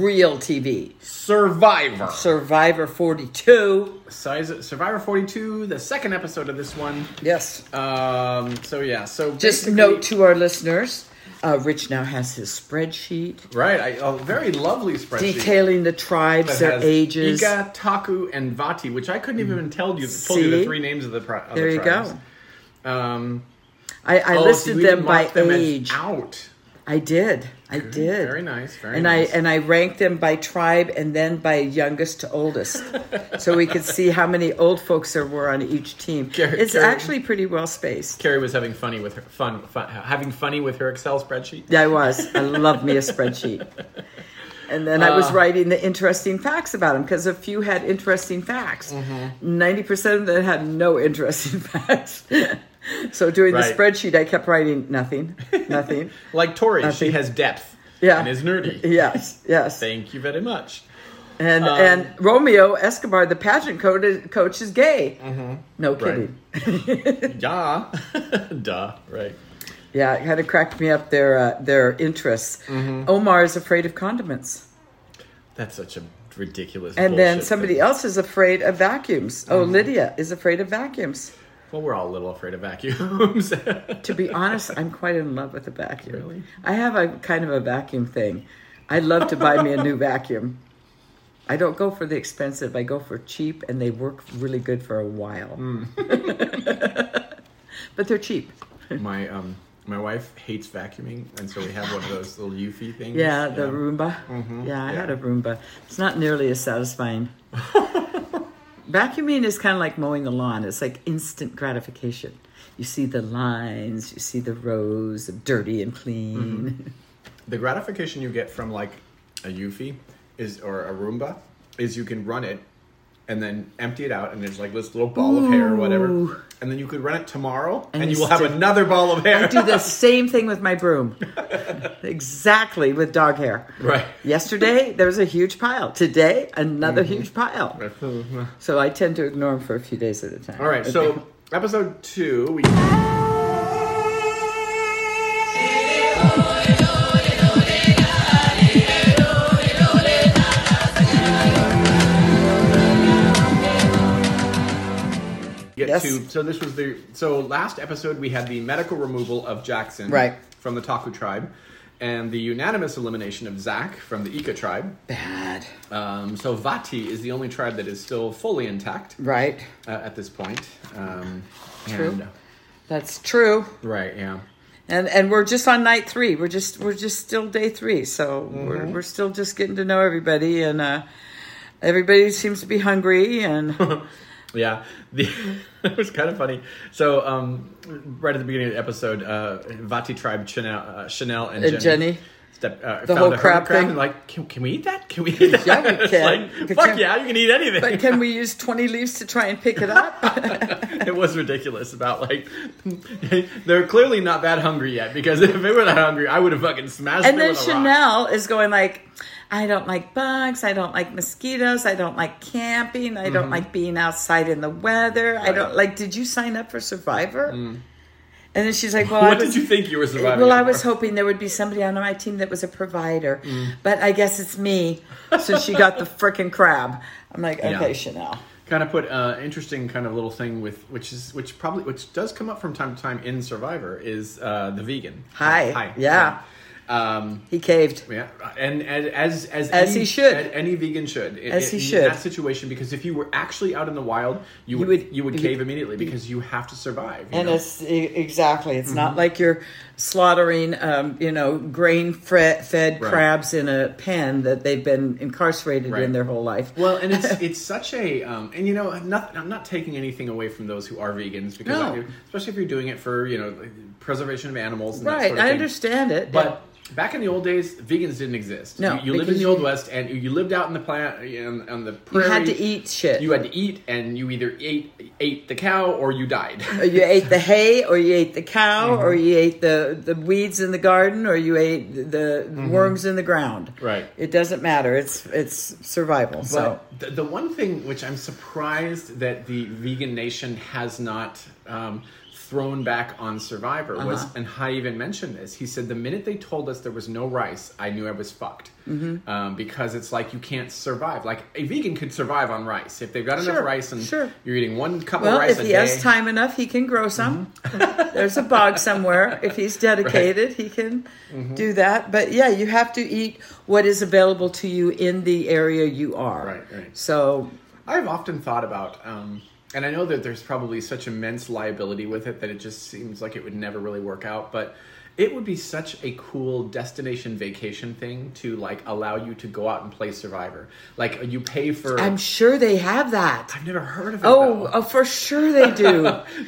Speaker 4: real TV.
Speaker 3: Survivor.
Speaker 4: Survivor 42.
Speaker 3: Size- Survivor 42, the second episode of this one.
Speaker 4: Yes.
Speaker 3: Um, so yeah, so
Speaker 4: Just
Speaker 3: basically-
Speaker 4: note to our listeners uh, Rich now has his spreadsheet
Speaker 3: right, I, a very lovely spreadsheet.
Speaker 4: detailing the tribes,
Speaker 3: that
Speaker 4: their
Speaker 3: has
Speaker 4: ages.
Speaker 3: Iga, Taku, and Vati, which I couldn't even tell you, told you the
Speaker 4: See?
Speaker 3: three names of the, pri- of
Speaker 4: there
Speaker 3: the
Speaker 4: you
Speaker 3: tribes.
Speaker 4: go.
Speaker 3: Um,
Speaker 4: I,
Speaker 3: oh,
Speaker 4: I
Speaker 3: so
Speaker 4: listed
Speaker 3: we
Speaker 4: them by
Speaker 3: marked them as
Speaker 4: age.
Speaker 3: Out.
Speaker 4: I did. I did.
Speaker 3: Very nice. Very
Speaker 4: and
Speaker 3: nice.
Speaker 4: I and I ranked them by tribe and then by youngest to
Speaker 3: [LAUGHS]
Speaker 4: oldest, so we could see how many old folks there were on each team.
Speaker 3: Gary-
Speaker 4: it's
Speaker 3: Gary-
Speaker 4: actually pretty well spaced.
Speaker 3: Carrie was having funny with her fun, fun having funny with her Excel spreadsheet.
Speaker 4: Yeah, I was. I love
Speaker 3: [LAUGHS]
Speaker 4: me a spreadsheet. And then I was
Speaker 3: Uh.
Speaker 4: writing the interesting facts about them because a few had interesting facts.
Speaker 3: Mm-hmm.
Speaker 4: 90% of them had no interesting [LAUGHS] facts. so during
Speaker 3: Right.
Speaker 4: the spreadsheet, I kept writing nothing,
Speaker 3: [LAUGHS]
Speaker 4: nothing.
Speaker 3: Like Tori, she
Speaker 4: think-
Speaker 3: has depth.
Speaker 4: [LAUGHS] Yeah.
Speaker 3: And is nerdy.
Speaker 4: yes, yes.
Speaker 3: Thank you very much.
Speaker 4: And
Speaker 3: Um,
Speaker 4: and Romeo Escobar, the pageant coach, coach is gay.
Speaker 3: Mm-hmm.
Speaker 4: No kidding. [LAUGHS]
Speaker 3: Yeah. [LAUGHS] Duh. Right.
Speaker 4: Yeah, it kind of cracked me up their uh, their interests.
Speaker 3: Mm-hmm.
Speaker 4: Omar is afraid of condiments,
Speaker 3: That's such a ridiculous.
Speaker 4: and
Speaker 3: bullshit
Speaker 4: then
Speaker 3: Mm-hmm.
Speaker 4: somebody
Speaker 3: thing.
Speaker 4: else is afraid of vacuums. Oh, Lydia is afraid of vacuums.
Speaker 3: Well, we're all a little afraid of vacuums. [LAUGHS]
Speaker 4: To be honest, I'm quite in love with a vacuum.
Speaker 3: Really?
Speaker 4: I have a kind of a vacuum thing. I'd love to buy me a new vacuum. I don't go for the expensive. I go for cheap, and they work really good for a while.
Speaker 3: Mm.
Speaker 4: [LAUGHS] but they're cheap.
Speaker 3: my um, my wife hates vacuuming, and so we have one of those little Eufy things.
Speaker 4: Yeah, the Roomba. Yeah, I had
Speaker 3: Mm-hmm. yeah.
Speaker 4: a Roomba. It's not nearly
Speaker 3: [LAUGHS]
Speaker 4: as satisfying. Vacuuming is kind of like mowing the lawn. It's like instant gratification. You see the lines, you see the rows of dirty and
Speaker 3: Mm-hmm.
Speaker 4: clean.
Speaker 3: The gratification you get from like a Eufy is or a Roomba is you can run it and then empty it out and there's like this little ball of hair or whatever.
Speaker 4: Ooh.
Speaker 3: And then you could run it tomorrow and, you
Speaker 4: And it's
Speaker 3: will have
Speaker 4: still-
Speaker 3: another ball of hair.
Speaker 4: I
Speaker 3: [LAUGHS]
Speaker 4: do the same thing with my broom. exactly with dog hair.
Speaker 3: Right.
Speaker 4: Yesterday there was a huge pile. Today another
Speaker 3: Mm-hmm.
Speaker 4: huge pile.
Speaker 3: [LAUGHS] All
Speaker 4: So I tend to ignore them for a few days at a time.
Speaker 3: right, so episode 2 we get
Speaker 4: Yes.
Speaker 3: to so this was the so last episode we had the medical removal of Jackson
Speaker 4: Right.
Speaker 3: from the Taku tribe and the unanimous elimination of Zach from the Ika tribe.
Speaker 4: bad.
Speaker 3: Um, so Vati is the only tribe that is still fully intact
Speaker 4: Right.
Speaker 3: uh, at this point. Um,
Speaker 4: True.
Speaker 3: and-
Speaker 4: That's true.
Speaker 3: right. Yeah.
Speaker 4: and and we're just on night three we're just we're just still day three so we're,
Speaker 3: Mm-hmm.
Speaker 4: we're still just getting to know everybody and uh everybody seems to be hungry and
Speaker 3: [LAUGHS] Yeah, the, it was kind of funny. So, um, right at the beginning of the episode, uh, Vati tribe Chanel, uh, Chanel and Jenny,
Speaker 4: And Jenny.
Speaker 3: Step, uh, the
Speaker 4: whole
Speaker 3: found a hermit
Speaker 4: crab
Speaker 3: crab
Speaker 4: thing.
Speaker 3: and like, can, can we eat that? Can we eat that? [LAUGHS]
Speaker 4: Yeah, we
Speaker 3: It's
Speaker 4: can.
Speaker 3: like,
Speaker 4: But
Speaker 3: fuck
Speaker 4: can-
Speaker 3: yeah, you can eat anything.
Speaker 4: but
Speaker 3: [LAUGHS]
Speaker 4: can we use 20 leaves to try and pick it up
Speaker 3: it was ridiculous about like [LAUGHS] they're clearly not that hungry yet because [LAUGHS] if they were that hungry, I would have fucking smashed.
Speaker 4: and
Speaker 3: them
Speaker 4: then
Speaker 3: with a rock.
Speaker 4: chanel is going like i don't like bugs i don't like mosquitoes i don't like camping i
Speaker 3: Mm-hmm.
Speaker 4: don't like being outside in the weather i don't like did you sign up for survivor and then she's like well I
Speaker 3: Mm. What
Speaker 4: was-
Speaker 3: did you think you were surviving?
Speaker 4: Well, I
Speaker 3: for? Mm.
Speaker 4: was hoping there would be somebody on my team that was a provider, but I guess it's me. So she got the frickin' crab. I'm like, okay,
Speaker 3: Yeah.
Speaker 4: Chanel.
Speaker 3: kind of put uh, interesting kind of little thing with which is which probably which does come up from time to time in Survivor is uh, the vegan.
Speaker 4: Hi.
Speaker 3: Hi.
Speaker 4: Yeah.
Speaker 3: Yeah. Um,
Speaker 4: He caved.
Speaker 3: yeah, and, and as as
Speaker 4: As
Speaker 3: any,
Speaker 4: he should.
Speaker 3: a- any vegan should I-
Speaker 4: As
Speaker 3: i-
Speaker 4: he
Speaker 3: in
Speaker 4: should.
Speaker 3: that situation because if you were actually out in the wild, you would you would,
Speaker 4: would-
Speaker 3: cave immediately because you have to survive. you
Speaker 4: And
Speaker 3: know? Mm-hmm.
Speaker 4: it's e- exactly, it's not like you're slaughtering, um, you know, grain fre- fed
Speaker 3: Right.
Speaker 4: crabs in a pen that they've been incarcerated
Speaker 3: Right.
Speaker 4: in their whole life.
Speaker 3: Well, and
Speaker 4: [LAUGHS]
Speaker 3: it's it's such a um, and you know I'm not, I'm not taking anything away from those who are vegans because
Speaker 4: No.
Speaker 3: I- especially if you're doing it for you know preservation of animals. And that
Speaker 4: right,
Speaker 3: sort of
Speaker 4: I
Speaker 3: thing.
Speaker 4: understand it.
Speaker 3: But back in the old days, vegans didn't exist.
Speaker 4: No,
Speaker 3: you, you lived in
Speaker 4: because
Speaker 3: the old
Speaker 4: you-
Speaker 3: west, and you lived out in the plant in, on the
Speaker 4: you
Speaker 3: prairie.
Speaker 4: had to eat shit.
Speaker 3: You had to eat, and you either ate ate the cow or you died. [LAUGHS]
Speaker 4: Or you ate the hay, or you ate the cow,
Speaker 3: Mm-hmm.
Speaker 4: or you ate the, the weeds in the garden, or you ate the worms in the ground.
Speaker 3: Mm-hmm. Right.
Speaker 4: It doesn't matter. It's it's survival. so
Speaker 3: But the, the one thing which I'm surprised that the vegan nation has not um, thrown back on Survivor
Speaker 4: Uh-huh.
Speaker 3: was, and Hai even mentioned this. He said the minute they told us there was no rice, I knew I was fucked
Speaker 4: Mm-hmm.
Speaker 3: um, because it's like you can't survive. Like a vegan could survive on rice if they've got enough
Speaker 4: Sure,
Speaker 3: rice and
Speaker 4: sure.
Speaker 3: you're eating one cup of
Speaker 4: well,
Speaker 3: rice Mm-hmm.
Speaker 4: if
Speaker 3: a
Speaker 4: he
Speaker 3: day.
Speaker 4: has time enough, he can grow some. There's a bog
Speaker 3: [LAUGHS]
Speaker 4: somewhere. If he's dedicated, he can
Speaker 3: Mm-hmm.
Speaker 4: do that. But yeah, you have to eat what is available to you in the area you are.
Speaker 3: Right, right.
Speaker 4: So
Speaker 3: I've often thought about, um, and I know that there's probably such immense liability with it that it just seems like it would never really work out. But It would be such a cool destination vacation thing to like allow you to go out and play Survivor. Like you pay for. i
Speaker 4: I'm sure they have that.
Speaker 3: have never heard of it.
Speaker 4: Oh,
Speaker 3: though.
Speaker 4: oh, for sure they
Speaker 3: [LAUGHS]
Speaker 4: do.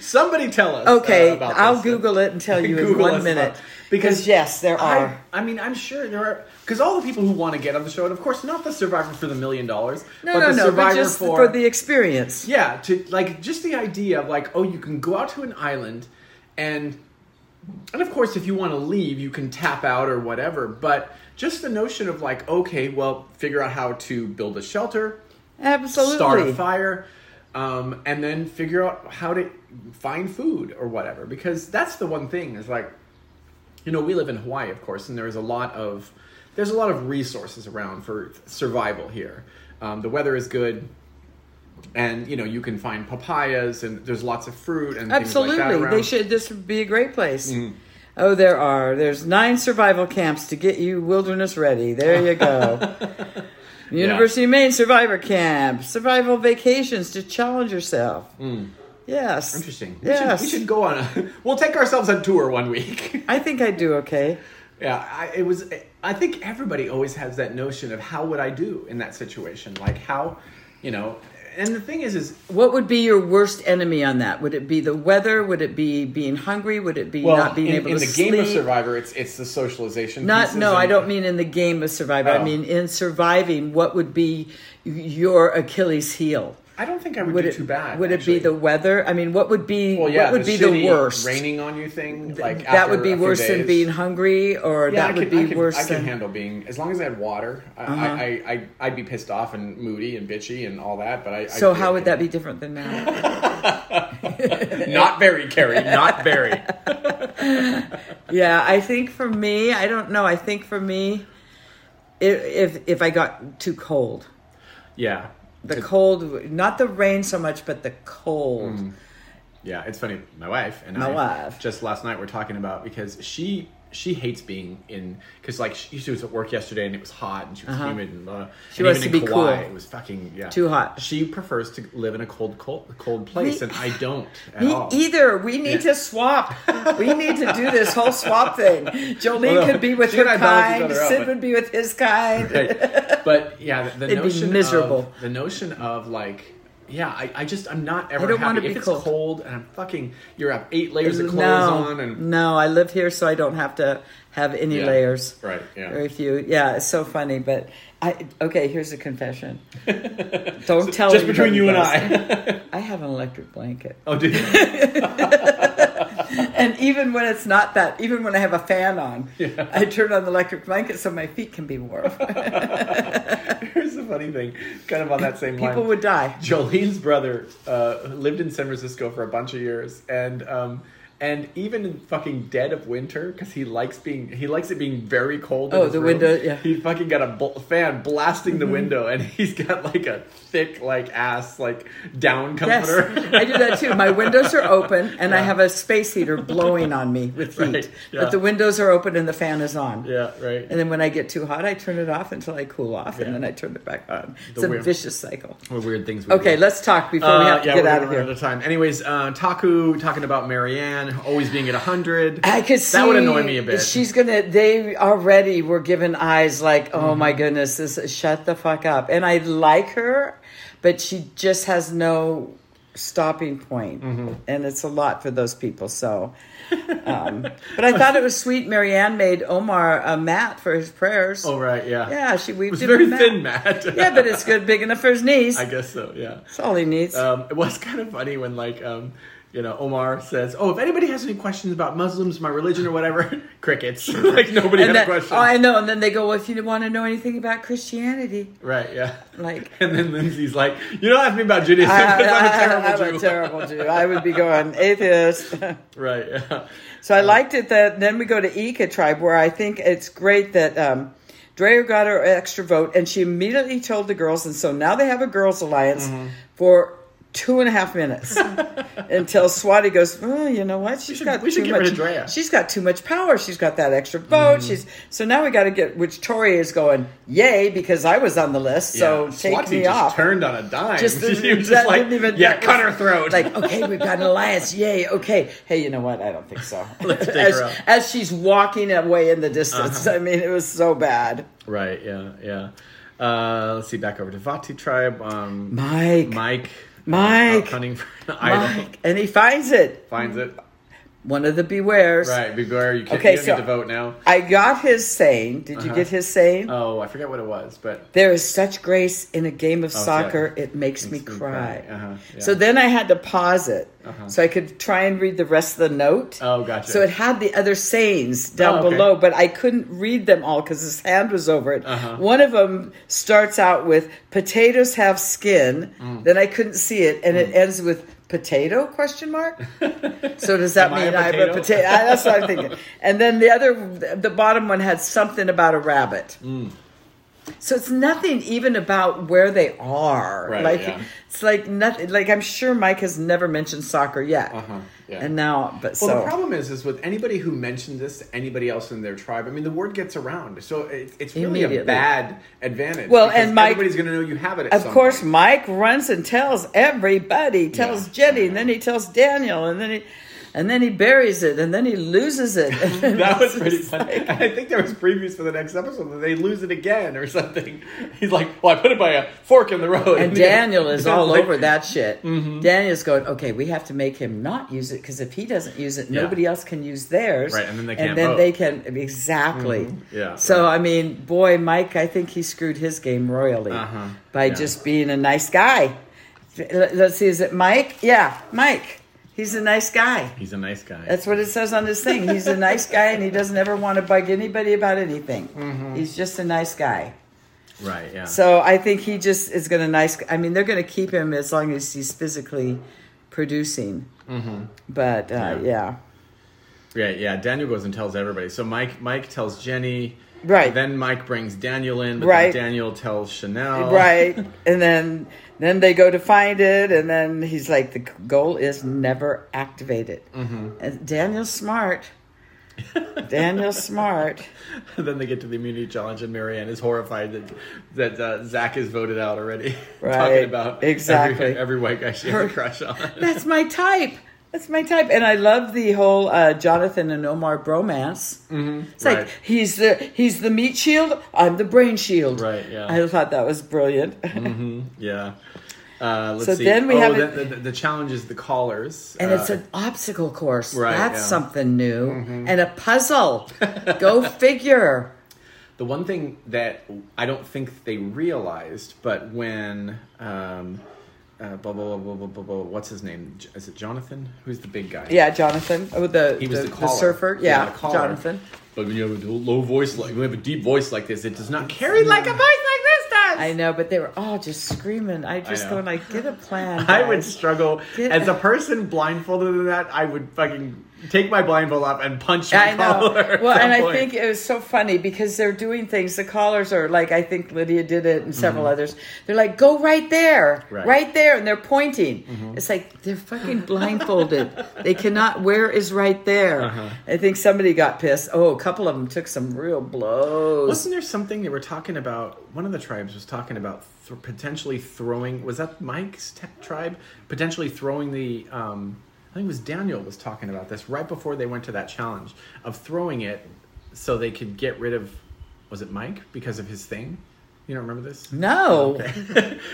Speaker 3: somebody tell us. uh,
Speaker 4: Okay,
Speaker 3: about
Speaker 4: I'll
Speaker 3: this.
Speaker 4: Google it and [LAUGHS] tell you in
Speaker 3: Google us
Speaker 4: one
Speaker 3: up.
Speaker 4: minute.
Speaker 3: Because
Speaker 4: yes, there
Speaker 3: I,
Speaker 4: are.
Speaker 3: I mean, I'm sure there are because all the people who want to get on the show, and of course, not the Survivor for the million dollars,
Speaker 4: no,
Speaker 3: but
Speaker 4: no,
Speaker 3: the
Speaker 4: no,
Speaker 3: Survivor
Speaker 4: but just
Speaker 3: for,
Speaker 4: for the experience.
Speaker 3: yeah, to like just the idea of like, oh, you can go out to an island, and and of course, if you want to leave, you can tap out or whatever. But just the notion of like, okay, well, figure out how to build a shelter,
Speaker 4: Absolutely.
Speaker 3: start a fire um, and then figure out how to find food or whatever because that's the one thing is like you know we live in hawaii of course and there's a lot of there's a lot of resources around for survival here um, the weather is good and you know you can find papayas and there's lots of fruit and
Speaker 4: Absolutely.
Speaker 3: things like that around.
Speaker 4: they should this would be a great place. Oh, there are. There's nine survival camps to get you wilderness ready. There you [LAUGHS] go. University of Maine Survivor Camp. Survival vacations to challenge yourself. Yes.
Speaker 3: interesting we,
Speaker 4: Yes.
Speaker 3: should, we should go on a [LAUGHS] we'll take ourselves on tour one week
Speaker 4: I think I do okay.
Speaker 3: Yeah, I, it was. I think everybody always has that notion of how would I do in that situation? Like how, you know. And the thing is, is
Speaker 4: What would be your worst enemy on that? Would it be the weather? Would it be being hungry? Would it be not being
Speaker 5: in,
Speaker 4: able
Speaker 5: in
Speaker 4: to
Speaker 5: the game of
Speaker 4: sleep?
Speaker 5: Survivor, it's it's the socialization.
Speaker 4: Not
Speaker 5: pieces
Speaker 4: no,
Speaker 5: and-
Speaker 4: I don't mean in the game of survivor.
Speaker 5: Oh.
Speaker 4: I mean in surviving. What would be your Achilles' heel?
Speaker 3: I don't think I would,
Speaker 4: Would
Speaker 3: do
Speaker 4: it
Speaker 3: too bad.
Speaker 4: Would
Speaker 3: actually.
Speaker 4: it be the weather? I mean, what would be
Speaker 5: Well, yeah,
Speaker 4: what would
Speaker 5: the
Speaker 4: be the
Speaker 5: shitty
Speaker 4: worst?
Speaker 5: raining on you thing. Like
Speaker 4: that would
Speaker 5: after
Speaker 4: be
Speaker 5: a few
Speaker 4: worse than
Speaker 5: days.
Speaker 4: being hungry, or
Speaker 5: Yeah,
Speaker 4: that
Speaker 5: I
Speaker 4: would
Speaker 5: could,
Speaker 4: be
Speaker 5: I could,
Speaker 4: worse
Speaker 5: I could
Speaker 4: than
Speaker 5: handle being as long as I had water. I,
Speaker 3: Uh-huh.
Speaker 5: I, I, I I'd be pissed off and moody and bitchy and all that. But I
Speaker 4: So how would that be different than now?
Speaker 5: be?
Speaker 3: [LAUGHS]
Speaker 5: Not very Carrie. Not very.
Speaker 4: yeah, I think for me, I don't know. I think for me, i if if I got too cold,
Speaker 3: Yeah,
Speaker 4: the cold, not the rain so much, but the cold.
Speaker 3: Mm, yeah. It's funny. My wife and
Speaker 4: My
Speaker 3: I
Speaker 4: wife.
Speaker 3: just last night we're talking about because she she hates being in because like she, she was at work yesterday and it was hot and she was humid and blah, blah. She and
Speaker 4: Uh-huh. wants
Speaker 3: even
Speaker 4: to
Speaker 3: in
Speaker 4: be
Speaker 3: Kauai,
Speaker 4: cool.
Speaker 3: It was fucking yeah
Speaker 4: Too hot.
Speaker 3: She prefers to live in a cold cold cold place
Speaker 4: Me-
Speaker 3: and I
Speaker 4: [LAUGHS]
Speaker 3: don't at
Speaker 4: Me
Speaker 3: all.
Speaker 4: either. We need
Speaker 3: Yeah.
Speaker 4: to swap. we need to do this whole swap thing.
Speaker 3: [LAUGHS]
Speaker 4: Jolene
Speaker 3: Well,
Speaker 4: could be with
Speaker 3: she and
Speaker 4: her
Speaker 3: I balance each
Speaker 4: kind.
Speaker 3: other out,
Speaker 4: Sid
Speaker 3: but-
Speaker 4: would be with his kind.
Speaker 3: Right. But yeah, the, the
Speaker 4: It'd be
Speaker 3: notion
Speaker 4: miserable.
Speaker 3: Of, the notion of like, yeah, I, I just I'm not ever
Speaker 4: I don't
Speaker 3: happy
Speaker 4: wanna be
Speaker 3: if it's
Speaker 4: cold.
Speaker 3: and I'm fucking. You're up eight layers of clothes on and
Speaker 4: no, I live here, so I don't have to have any
Speaker 3: Yeah.
Speaker 4: layers.
Speaker 3: right, yeah.
Speaker 4: Very few. Yeah, it's so funny. But I okay. Here's a
Speaker 3: [LAUGHS]
Speaker 4: confession. Don't tell.
Speaker 5: Just between
Speaker 4: anybody
Speaker 5: you and
Speaker 4: else.
Speaker 5: I.
Speaker 4: I have an electric blanket,
Speaker 3: Oh, dude.
Speaker 4: and even when it's not that, even when I have a fan on, I turn on the electric blanket so my feet can be warm.
Speaker 3: [LAUGHS] Here's the funny thing, kind of on that same line.
Speaker 4: People would die.
Speaker 3: Jolene's brother uh, lived in San Francisco for a bunch of years, and um, and even in fucking dead of winter, because he likes being he likes it being very cold. in
Speaker 4: Oh,
Speaker 3: his
Speaker 4: the
Speaker 3: room,
Speaker 4: window, yeah. Mm-hmm.
Speaker 3: He fucking got a bl- fan blasting the window, and [LAUGHS] he's got like a thick like ass like down
Speaker 4: Yes,
Speaker 3: comforter.
Speaker 4: I do that too. My windows are open, and I have a space heater blowing on me with
Speaker 3: [LAUGHS]
Speaker 4: heat.
Speaker 3: Right, yeah.
Speaker 4: But the windows are open and the fan is
Speaker 3: [LAUGHS]
Speaker 4: on.
Speaker 3: yeah, right.
Speaker 4: And then when I get too hot, I turn it off until I cool off,
Speaker 3: Yeah.
Speaker 4: and then I turn it back on. It's
Speaker 3: the
Speaker 4: a
Speaker 3: weird-
Speaker 4: vicious cycle.
Speaker 3: Or weird things. We
Speaker 4: Okay,
Speaker 3: do.
Speaker 4: let's talk before we have
Speaker 3: Uh,
Speaker 4: to
Speaker 3: yeah,
Speaker 4: get
Speaker 3: we're
Speaker 4: out
Speaker 3: gonna
Speaker 4: of
Speaker 3: run
Speaker 4: here.
Speaker 3: out of time. Anyways, uh, Taku talking about Marianne always being at hundred.
Speaker 4: I could see
Speaker 3: that would annoy me a bit.
Speaker 4: She's gonna. They already were given eyes like, "Oh my
Speaker 3: Mm-hmm.
Speaker 4: goodness, this shut the fuck up." And I like her, but she just has no stopping point,
Speaker 3: Mm-hmm.
Speaker 4: and it's a lot for those people. So,
Speaker 3: [LAUGHS]
Speaker 4: um, but I thought it was sweet. Marianne made Omar a mat for his prayers.
Speaker 3: oh right, yeah,
Speaker 4: yeah, she
Speaker 3: It
Speaker 4: weaved
Speaker 3: was
Speaker 4: him
Speaker 3: very
Speaker 4: a mat.
Speaker 3: thin, [LAUGHS] Matt.
Speaker 4: yeah, but it's good, big enough for his knees.
Speaker 3: I guess so. Yeah.
Speaker 4: That's all he needs.
Speaker 3: Um, it was [LAUGHS] kind of funny when like um, you know Omar says, "Oh, if anybody has any questions about Muslims, my religion, or whatever, [LAUGHS] crickets." like nobody had
Speaker 4: and then,
Speaker 3: a question.
Speaker 4: oh, I know. And then they go, well, "If you want to know anything about Christianity."
Speaker 3: right? Yeah.
Speaker 4: Like-
Speaker 3: [LAUGHS] and then Lindsay's like, "You don't ask me about [LAUGHS] Judaism
Speaker 4: I,
Speaker 3: because I'm a terrible
Speaker 4: am
Speaker 3: Jew."
Speaker 4: a terrible Jew. I would be going atheist.
Speaker 3: [LAUGHS]
Speaker 4: [LAUGHS]
Speaker 3: right? [LAUGHS] Yeah.
Speaker 4: so I liked it that then we go to Ika tribe where I think it's great that um, Dreyer got
Speaker 3: Mm-hmm.
Speaker 4: her extra vote and she immediately told the girls, and so now they have a girls alliance for two and a half
Speaker 3: [LAUGHS]
Speaker 4: minutes until Swati goes. Well, you know what? She's
Speaker 3: should-
Speaker 4: got
Speaker 3: we should
Speaker 4: too
Speaker 3: get
Speaker 4: much.
Speaker 3: rid of Drea." Mm-hmm.
Speaker 4: She's got too much power. She's got that extra vote. She's so now we got to get. Which Tori is going, yay, because I was on the list. So take
Speaker 3: Swati
Speaker 4: me
Speaker 3: just
Speaker 4: off.
Speaker 3: turned on a dime.
Speaker 4: Just-
Speaker 3: [LAUGHS] she was
Speaker 4: that
Speaker 3: just like,
Speaker 4: didn't even-
Speaker 3: yeah,
Speaker 4: that
Speaker 3: cut her
Speaker 4: was-
Speaker 3: throat.
Speaker 4: like, okay, we've got an alliance. Yay. Okay. Hey, you know what? I don't think so.
Speaker 3: [LAUGHS] Let's dig
Speaker 4: as,
Speaker 3: her up. Uh-huh.
Speaker 4: as she's walking away in the distance. I mean, it was so bad.
Speaker 3: [LAUGHS] right, yeah, yeah. Uh, let's see, back over to Vati tribe. Um,
Speaker 4: Mike.
Speaker 3: Mike.
Speaker 4: Mike.
Speaker 3: out hunting for an idol.
Speaker 4: Mike. And he finds it.
Speaker 3: Finds it.
Speaker 4: One of the bewares.
Speaker 3: Right, beware, you can't
Speaker 4: Okay,
Speaker 3: you don't
Speaker 4: so-
Speaker 3: need to vote now.
Speaker 4: I got his saying. Did you get his saying?
Speaker 3: Oh, I forget what it was, but
Speaker 4: There is such grace in a game of
Speaker 3: Oh,
Speaker 4: soccer, it makes, me
Speaker 3: me cry.
Speaker 4: cry.
Speaker 3: Uh-huh, yeah. Uh-huh.
Speaker 4: So then I had to pause it so I could try and read the rest of the note.
Speaker 3: Oh, gotcha.
Speaker 4: So it had the other sayings down
Speaker 3: Oh, okay.
Speaker 4: below, but I couldn't read them all because his hand was over it.
Speaker 3: Uh-huh.
Speaker 4: One of them starts out with potatoes have skin.
Speaker 3: Mm.
Speaker 4: Then I couldn't see it, and it ends with potato question mark. [LAUGHS] So does that
Speaker 3: Am I a
Speaker 4: mean I'm
Speaker 3: potato?
Speaker 4: a potato? That's what
Speaker 3: [LAUGHS]
Speaker 4: I'm thinking. And then the other, the bottom one had something about a rabbit.
Speaker 3: Mm.
Speaker 4: So it's nothing even about where they are.
Speaker 3: Right,
Speaker 4: like
Speaker 3: yeah.
Speaker 4: it's like nothing. Like I'm sure Mike has never mentioned soccer yet.
Speaker 3: Uh-huh, yeah.
Speaker 4: And now, but
Speaker 3: Well,
Speaker 4: so
Speaker 3: the problem is, is with anybody who mentions this to anybody else in their tribe. I mean, the word gets around, so it, it's really a
Speaker 4: Immediately.
Speaker 3: bad advantage.
Speaker 4: Well,
Speaker 3: because
Speaker 4: and Mike-
Speaker 3: everybody's going to know you have it. At
Speaker 4: of
Speaker 3: some
Speaker 4: course [LAUGHS]
Speaker 3: point.
Speaker 4: Mike runs and tells everybody. Tells
Speaker 3: Yeah.
Speaker 4: Jenny, and then he tells Daniel, and then he, and then he buries it, and then he loses it.
Speaker 3: [LAUGHS] that was pretty
Speaker 4: [LAUGHS]
Speaker 3: funny. And I think there was previews for the next episode that they lose it again or something. [LAUGHS] He's like, "Well, I put it by a fork in the road." [LAUGHS]
Speaker 4: And Daniel is all
Speaker 3: like-
Speaker 4: over that shit.
Speaker 3: Mm-hmm.
Speaker 4: Daniel's going, okay, we have to make him not use it because if he doesn't use it,
Speaker 3: Yeah.
Speaker 4: nobody else can use theirs.
Speaker 3: Right, and then they can't
Speaker 4: and then
Speaker 3: vote. Mm-hmm.
Speaker 4: they can exactly.
Speaker 3: Yeah,
Speaker 4: So I mean, boy, Mike, I think he screwed his game royally
Speaker 3: Uh-huh,
Speaker 4: by
Speaker 3: yeah.
Speaker 4: just being a nice guy. Let- Let's see, is it Mike? Yeah, Mike. He's a nice guy.
Speaker 3: He's a nice guy.
Speaker 4: That's what it says on this thing. He's a nice guy, and he doesn't ever want to bug anybody about anything.
Speaker 3: Mm-hmm.
Speaker 4: He's just a nice guy.
Speaker 3: right. Yeah.
Speaker 4: So I think he just is going to nice. I mean, they're going to keep him as long as he's physically producing. But uh, yeah.
Speaker 3: Right, yeah. Daniel goes and tells everybody. So Mike Mike tells Jenny.
Speaker 4: Right.
Speaker 3: Then Mike brings Daniel in, but
Speaker 4: Right.
Speaker 3: then Daniel tells Chanel.
Speaker 4: right, and then then they go to find it, and then he's like, the goal is never activate it. And Daniel's smart. Daniel's smart.
Speaker 3: [LAUGHS] then they get to the immunity challenge, and Marianne is horrified that that uh, Zach is voted out already. [LAUGHS] Talking
Speaker 4: Right,
Speaker 3: about
Speaker 4: exactly.
Speaker 3: every, every white guy she has a crush
Speaker 4: [LAUGHS]
Speaker 3: on.
Speaker 4: That's my type. That's my type. And I love the whole uh, Jonathan and Omar bromance. Mm-hmm. It's
Speaker 3: Right.
Speaker 4: like he's the he's the meat shield, I'm the brain shield.
Speaker 3: Right, yeah.
Speaker 4: I thought that was brilliant.
Speaker 3: yeah. Uh, let's
Speaker 4: So
Speaker 3: see.
Speaker 4: then we
Speaker 3: oh,
Speaker 4: have
Speaker 3: the,
Speaker 4: a-
Speaker 3: the, the challenge is the callers,
Speaker 4: And
Speaker 3: uh,
Speaker 4: it's an obstacle course.
Speaker 3: Right,
Speaker 4: That's
Speaker 3: yeah.
Speaker 4: something new. And a puzzle. [LAUGHS] Go figure.
Speaker 3: The one thing that I don't think they realized, but when um, uh, blah, blah, blah, blah, blah, blah, blah, what's his name? J- Is it Jonathan? Who's the big guy?
Speaker 4: Yeah, Jonathan. Oh, the,
Speaker 3: He was the, caller.
Speaker 4: surfer. Yeah,
Speaker 3: the caller.
Speaker 4: Jonathan.
Speaker 3: But when you have a low voice, like when you have a deep voice like this, it does not carry like a voice like this does.
Speaker 4: I know, but they were all just screaming. I just
Speaker 3: know.
Speaker 4: going like, get a plan. [LAUGHS]
Speaker 3: I would
Speaker 4: guys.
Speaker 3: struggle
Speaker 4: Get-
Speaker 3: as a person blindfolded in that. I would fucking take my blindfold off and punch my
Speaker 4: I know.
Speaker 3: collar. at
Speaker 4: Well,
Speaker 3: some
Speaker 4: and I
Speaker 3: point.
Speaker 4: think it was so funny because they're doing things. The callers are like, I think Lydia did it, and several others. They're like, "Go right there,
Speaker 3: Mm-hmm. Right. Mm-hmm.
Speaker 4: right, there," and they're pointing. It's like they're fucking
Speaker 3: [LAUGHS]
Speaker 4: blindfolded. they cannot. Where is right there?
Speaker 3: Uh-huh.
Speaker 4: I think somebody got pissed. Oh, a couple of them took some real blows.
Speaker 3: Wasn't there something they were talking about? One of the tribes was talking about th- potentially throwing. Was that Mike's t- tribe potentially throwing the? Um, I think it was Daniel was talking about this right before they went to that challenge of throwing it so they could get rid of. Was it Mike because of his thing? You don't remember this? [LAUGHS]
Speaker 4: no.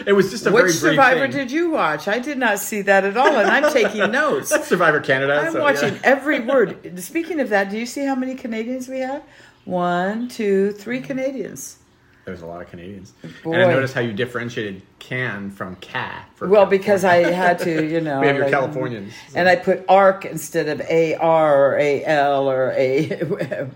Speaker 3: it was just a
Speaker 4: Which
Speaker 3: very
Speaker 4: Survivor
Speaker 3: brief thing.
Speaker 4: did you watch? I did not see that at all, and I'm taking
Speaker 3: [LAUGHS]
Speaker 4: notes.
Speaker 3: That's Survivor Canada.
Speaker 4: I'm
Speaker 3: so, yeah.
Speaker 4: watching
Speaker 3: [LAUGHS]
Speaker 4: every word. Speaking of that, do you see how many Canadians we have? One, two, three Canadians.
Speaker 3: There's a lot of Canadians. And I
Speaker 4: Boy.
Speaker 3: noticed how you differentiated can from ca. For
Speaker 4: Well,
Speaker 3: California.
Speaker 4: because I had to, you
Speaker 3: [LAUGHS]
Speaker 4: know.
Speaker 3: We have your
Speaker 4: like-
Speaker 3: Californians.
Speaker 4: And I put ARC instead of AR or AL or A.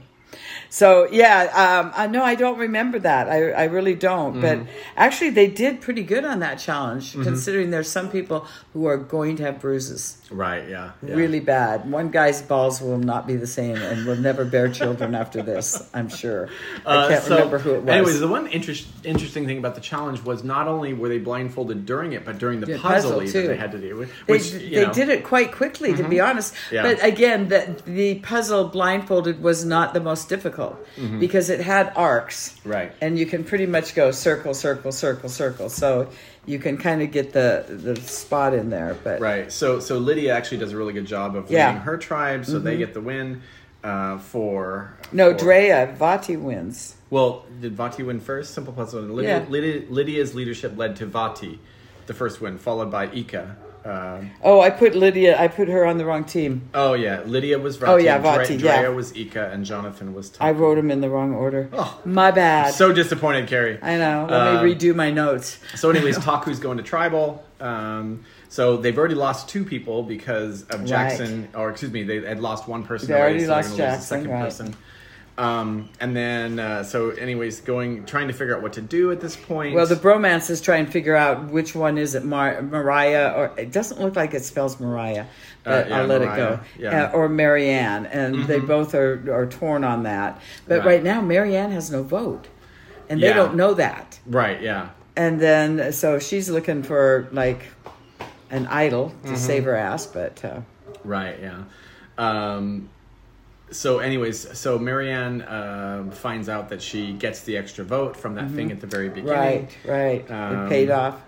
Speaker 4: So yeah, um, I know I don't remember that. I, I really don't. But
Speaker 3: Mm-hmm.
Speaker 4: actually, they did pretty good on that challenge, considering there's some people who are going to have bruises
Speaker 3: Right. Yeah. yeah.
Speaker 4: really bad. One guy's balls will not be the same and will never bear children after this. I'm sure. I
Speaker 3: Uh,
Speaker 4: can't
Speaker 3: so,
Speaker 4: remember who it was.
Speaker 3: Anyways, the one interest, interesting thing about the challenge was not only were they blindfolded during it, but during the
Speaker 4: Yeah,
Speaker 3: puzzle,
Speaker 4: puzzle,
Speaker 3: even
Speaker 4: too.
Speaker 3: they had to do.
Speaker 4: they,
Speaker 3: Which you
Speaker 4: they
Speaker 3: know, Mm-hmm.
Speaker 4: did it quite quickly, to be honest.
Speaker 3: Yeah.
Speaker 4: But again, the, the puzzle blindfolded was not the most difficult because it had arcs.
Speaker 3: Mm-hmm. Right.
Speaker 4: And you can pretty much go circle, circle, circle, circle. So you can kind of get the, the spot in there. But
Speaker 3: Right. So so Lydia actually does a really good job of
Speaker 4: Yeah. Mm-hmm.
Speaker 3: leading her tribe, so they get the win. Uh, for
Speaker 4: no,
Speaker 3: for-
Speaker 4: Drea, Vati wins.
Speaker 3: Well, did Vati win first? Simple puzzle. And Lydia,
Speaker 4: Yeah.
Speaker 3: Lydia, Lydia's leadership led to Vati, the first win, followed by Ika. Um
Speaker 4: Oh, I put Lydia, I put her on the wrong team.
Speaker 3: oh yeah, Lydia was Vati.
Speaker 4: yeah,
Speaker 3: Dre-
Speaker 4: Vati,
Speaker 3: Drea
Speaker 4: yeah.
Speaker 3: was Ika, and Jonathan was. Tom.
Speaker 4: I wrote them in the wrong order.
Speaker 3: Oh.
Speaker 4: My bad.
Speaker 3: So disappointed, Carrie.
Speaker 4: I know. Let
Speaker 3: Um,
Speaker 4: me redo my notes.
Speaker 3: So, anyways, Taku's going to tribal. Um, so they've already lost two people because of Jackson, or excuse me, they had lost one person.
Speaker 4: They already
Speaker 3: so they're
Speaker 4: lost
Speaker 3: gonna lose the
Speaker 4: Jackson,
Speaker 3: second
Speaker 4: right.
Speaker 3: person. Um, and then, uh, so anyways, going trying to figure out what to do at this point.
Speaker 4: Well, the bromances try and figure out which one is it, Mar- Mariah, or it doesn't look like it spells Mariah, but
Speaker 3: Uh, yeah,
Speaker 4: I'll let
Speaker 3: Mariah,
Speaker 4: it go,
Speaker 3: yeah. Mm-hmm.
Speaker 4: Uh, or Marianne, and they both are, are torn on that. But
Speaker 3: Right.
Speaker 4: right, now, Marianne has no vote, and
Speaker 3: Yeah.
Speaker 4: they don't know that.
Speaker 3: right, yeah,
Speaker 4: And then, so she's looking for like an idol to
Speaker 3: Mm-hmm.
Speaker 4: save her ass, but uh,
Speaker 3: right, yeah. Um, so, anyways, so Marianne um finds out that she gets the extra vote from that thing at the very beginning.
Speaker 4: Mm-hmm. right, right,
Speaker 3: Um,
Speaker 4: it paid off.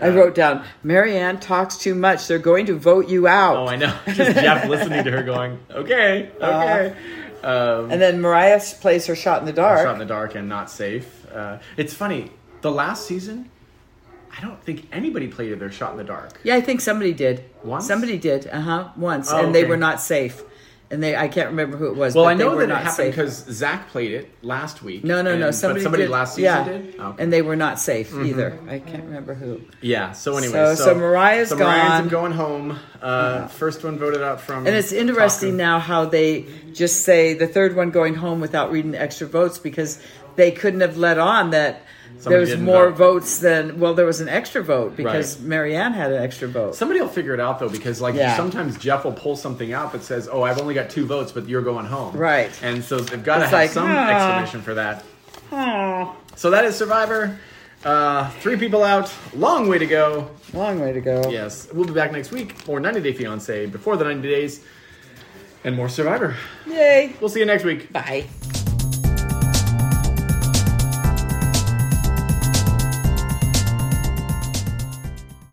Speaker 4: I wrote down, Marianne talks too much. They're going to vote you out.
Speaker 3: Oh, I know. [LAUGHS] Just Jeff listening to her going, okay,
Speaker 4: Uh-huh.
Speaker 3: okay. um,
Speaker 4: and then Mariah plays her shot in the dark.
Speaker 3: shot in the dark and not safe. Uh, it's funny. The last season, I don't think anybody played their shot in the dark.
Speaker 4: Yeah, I think somebody did.
Speaker 3: Once?
Speaker 4: Somebody did. Uh huh. Once,
Speaker 3: Oh,
Speaker 4: and they
Speaker 3: okay.
Speaker 4: were not safe, and they I can't remember who it was.
Speaker 3: Well,
Speaker 4: but
Speaker 3: I
Speaker 4: they
Speaker 3: know
Speaker 4: were
Speaker 3: that it
Speaker 4: not
Speaker 3: happened
Speaker 4: safe.
Speaker 3: because Zach played it last week.
Speaker 4: no, no,
Speaker 3: and-
Speaker 4: no.
Speaker 3: but
Speaker 4: Somebody,
Speaker 3: somebody
Speaker 4: did.
Speaker 3: last season
Speaker 4: yeah.
Speaker 3: did. Oh, okay. Mm-hmm.
Speaker 4: and they were not safe either. I can't remember who.
Speaker 3: yeah. So anyway,
Speaker 4: So-
Speaker 3: so,
Speaker 4: so Mariah's
Speaker 3: so Mariah's
Speaker 4: gone.
Speaker 3: going home. Uh, First one voted out from.
Speaker 4: And it's interesting
Speaker 3: Taco.
Speaker 4: now how they just say the third one going home without reading extra votes because they couldn't have let on that.
Speaker 3: Somebody
Speaker 4: there was
Speaker 3: didn't
Speaker 4: more
Speaker 3: vote.
Speaker 4: votes than well, there was an extra vote because Marianne had an extra vote.
Speaker 3: Somebody will figure it out though, because like
Speaker 4: Yeah.
Speaker 3: sometimes Jeff will pull something out that says, "Oh, I've only got two votes, but you're going home."
Speaker 4: Right.
Speaker 3: And so they've got to
Speaker 4: It's
Speaker 3: have
Speaker 4: like,
Speaker 3: some
Speaker 4: ah.
Speaker 3: explanation for that. So that is Survivor. Uh, three people out. Long way to go.
Speaker 4: Long way to go.
Speaker 3: Yes, we'll be back next week. More 90 Day Fiance before the 90 days, and more Survivor.
Speaker 4: Yay!
Speaker 3: We'll see you next week.
Speaker 4: Bye.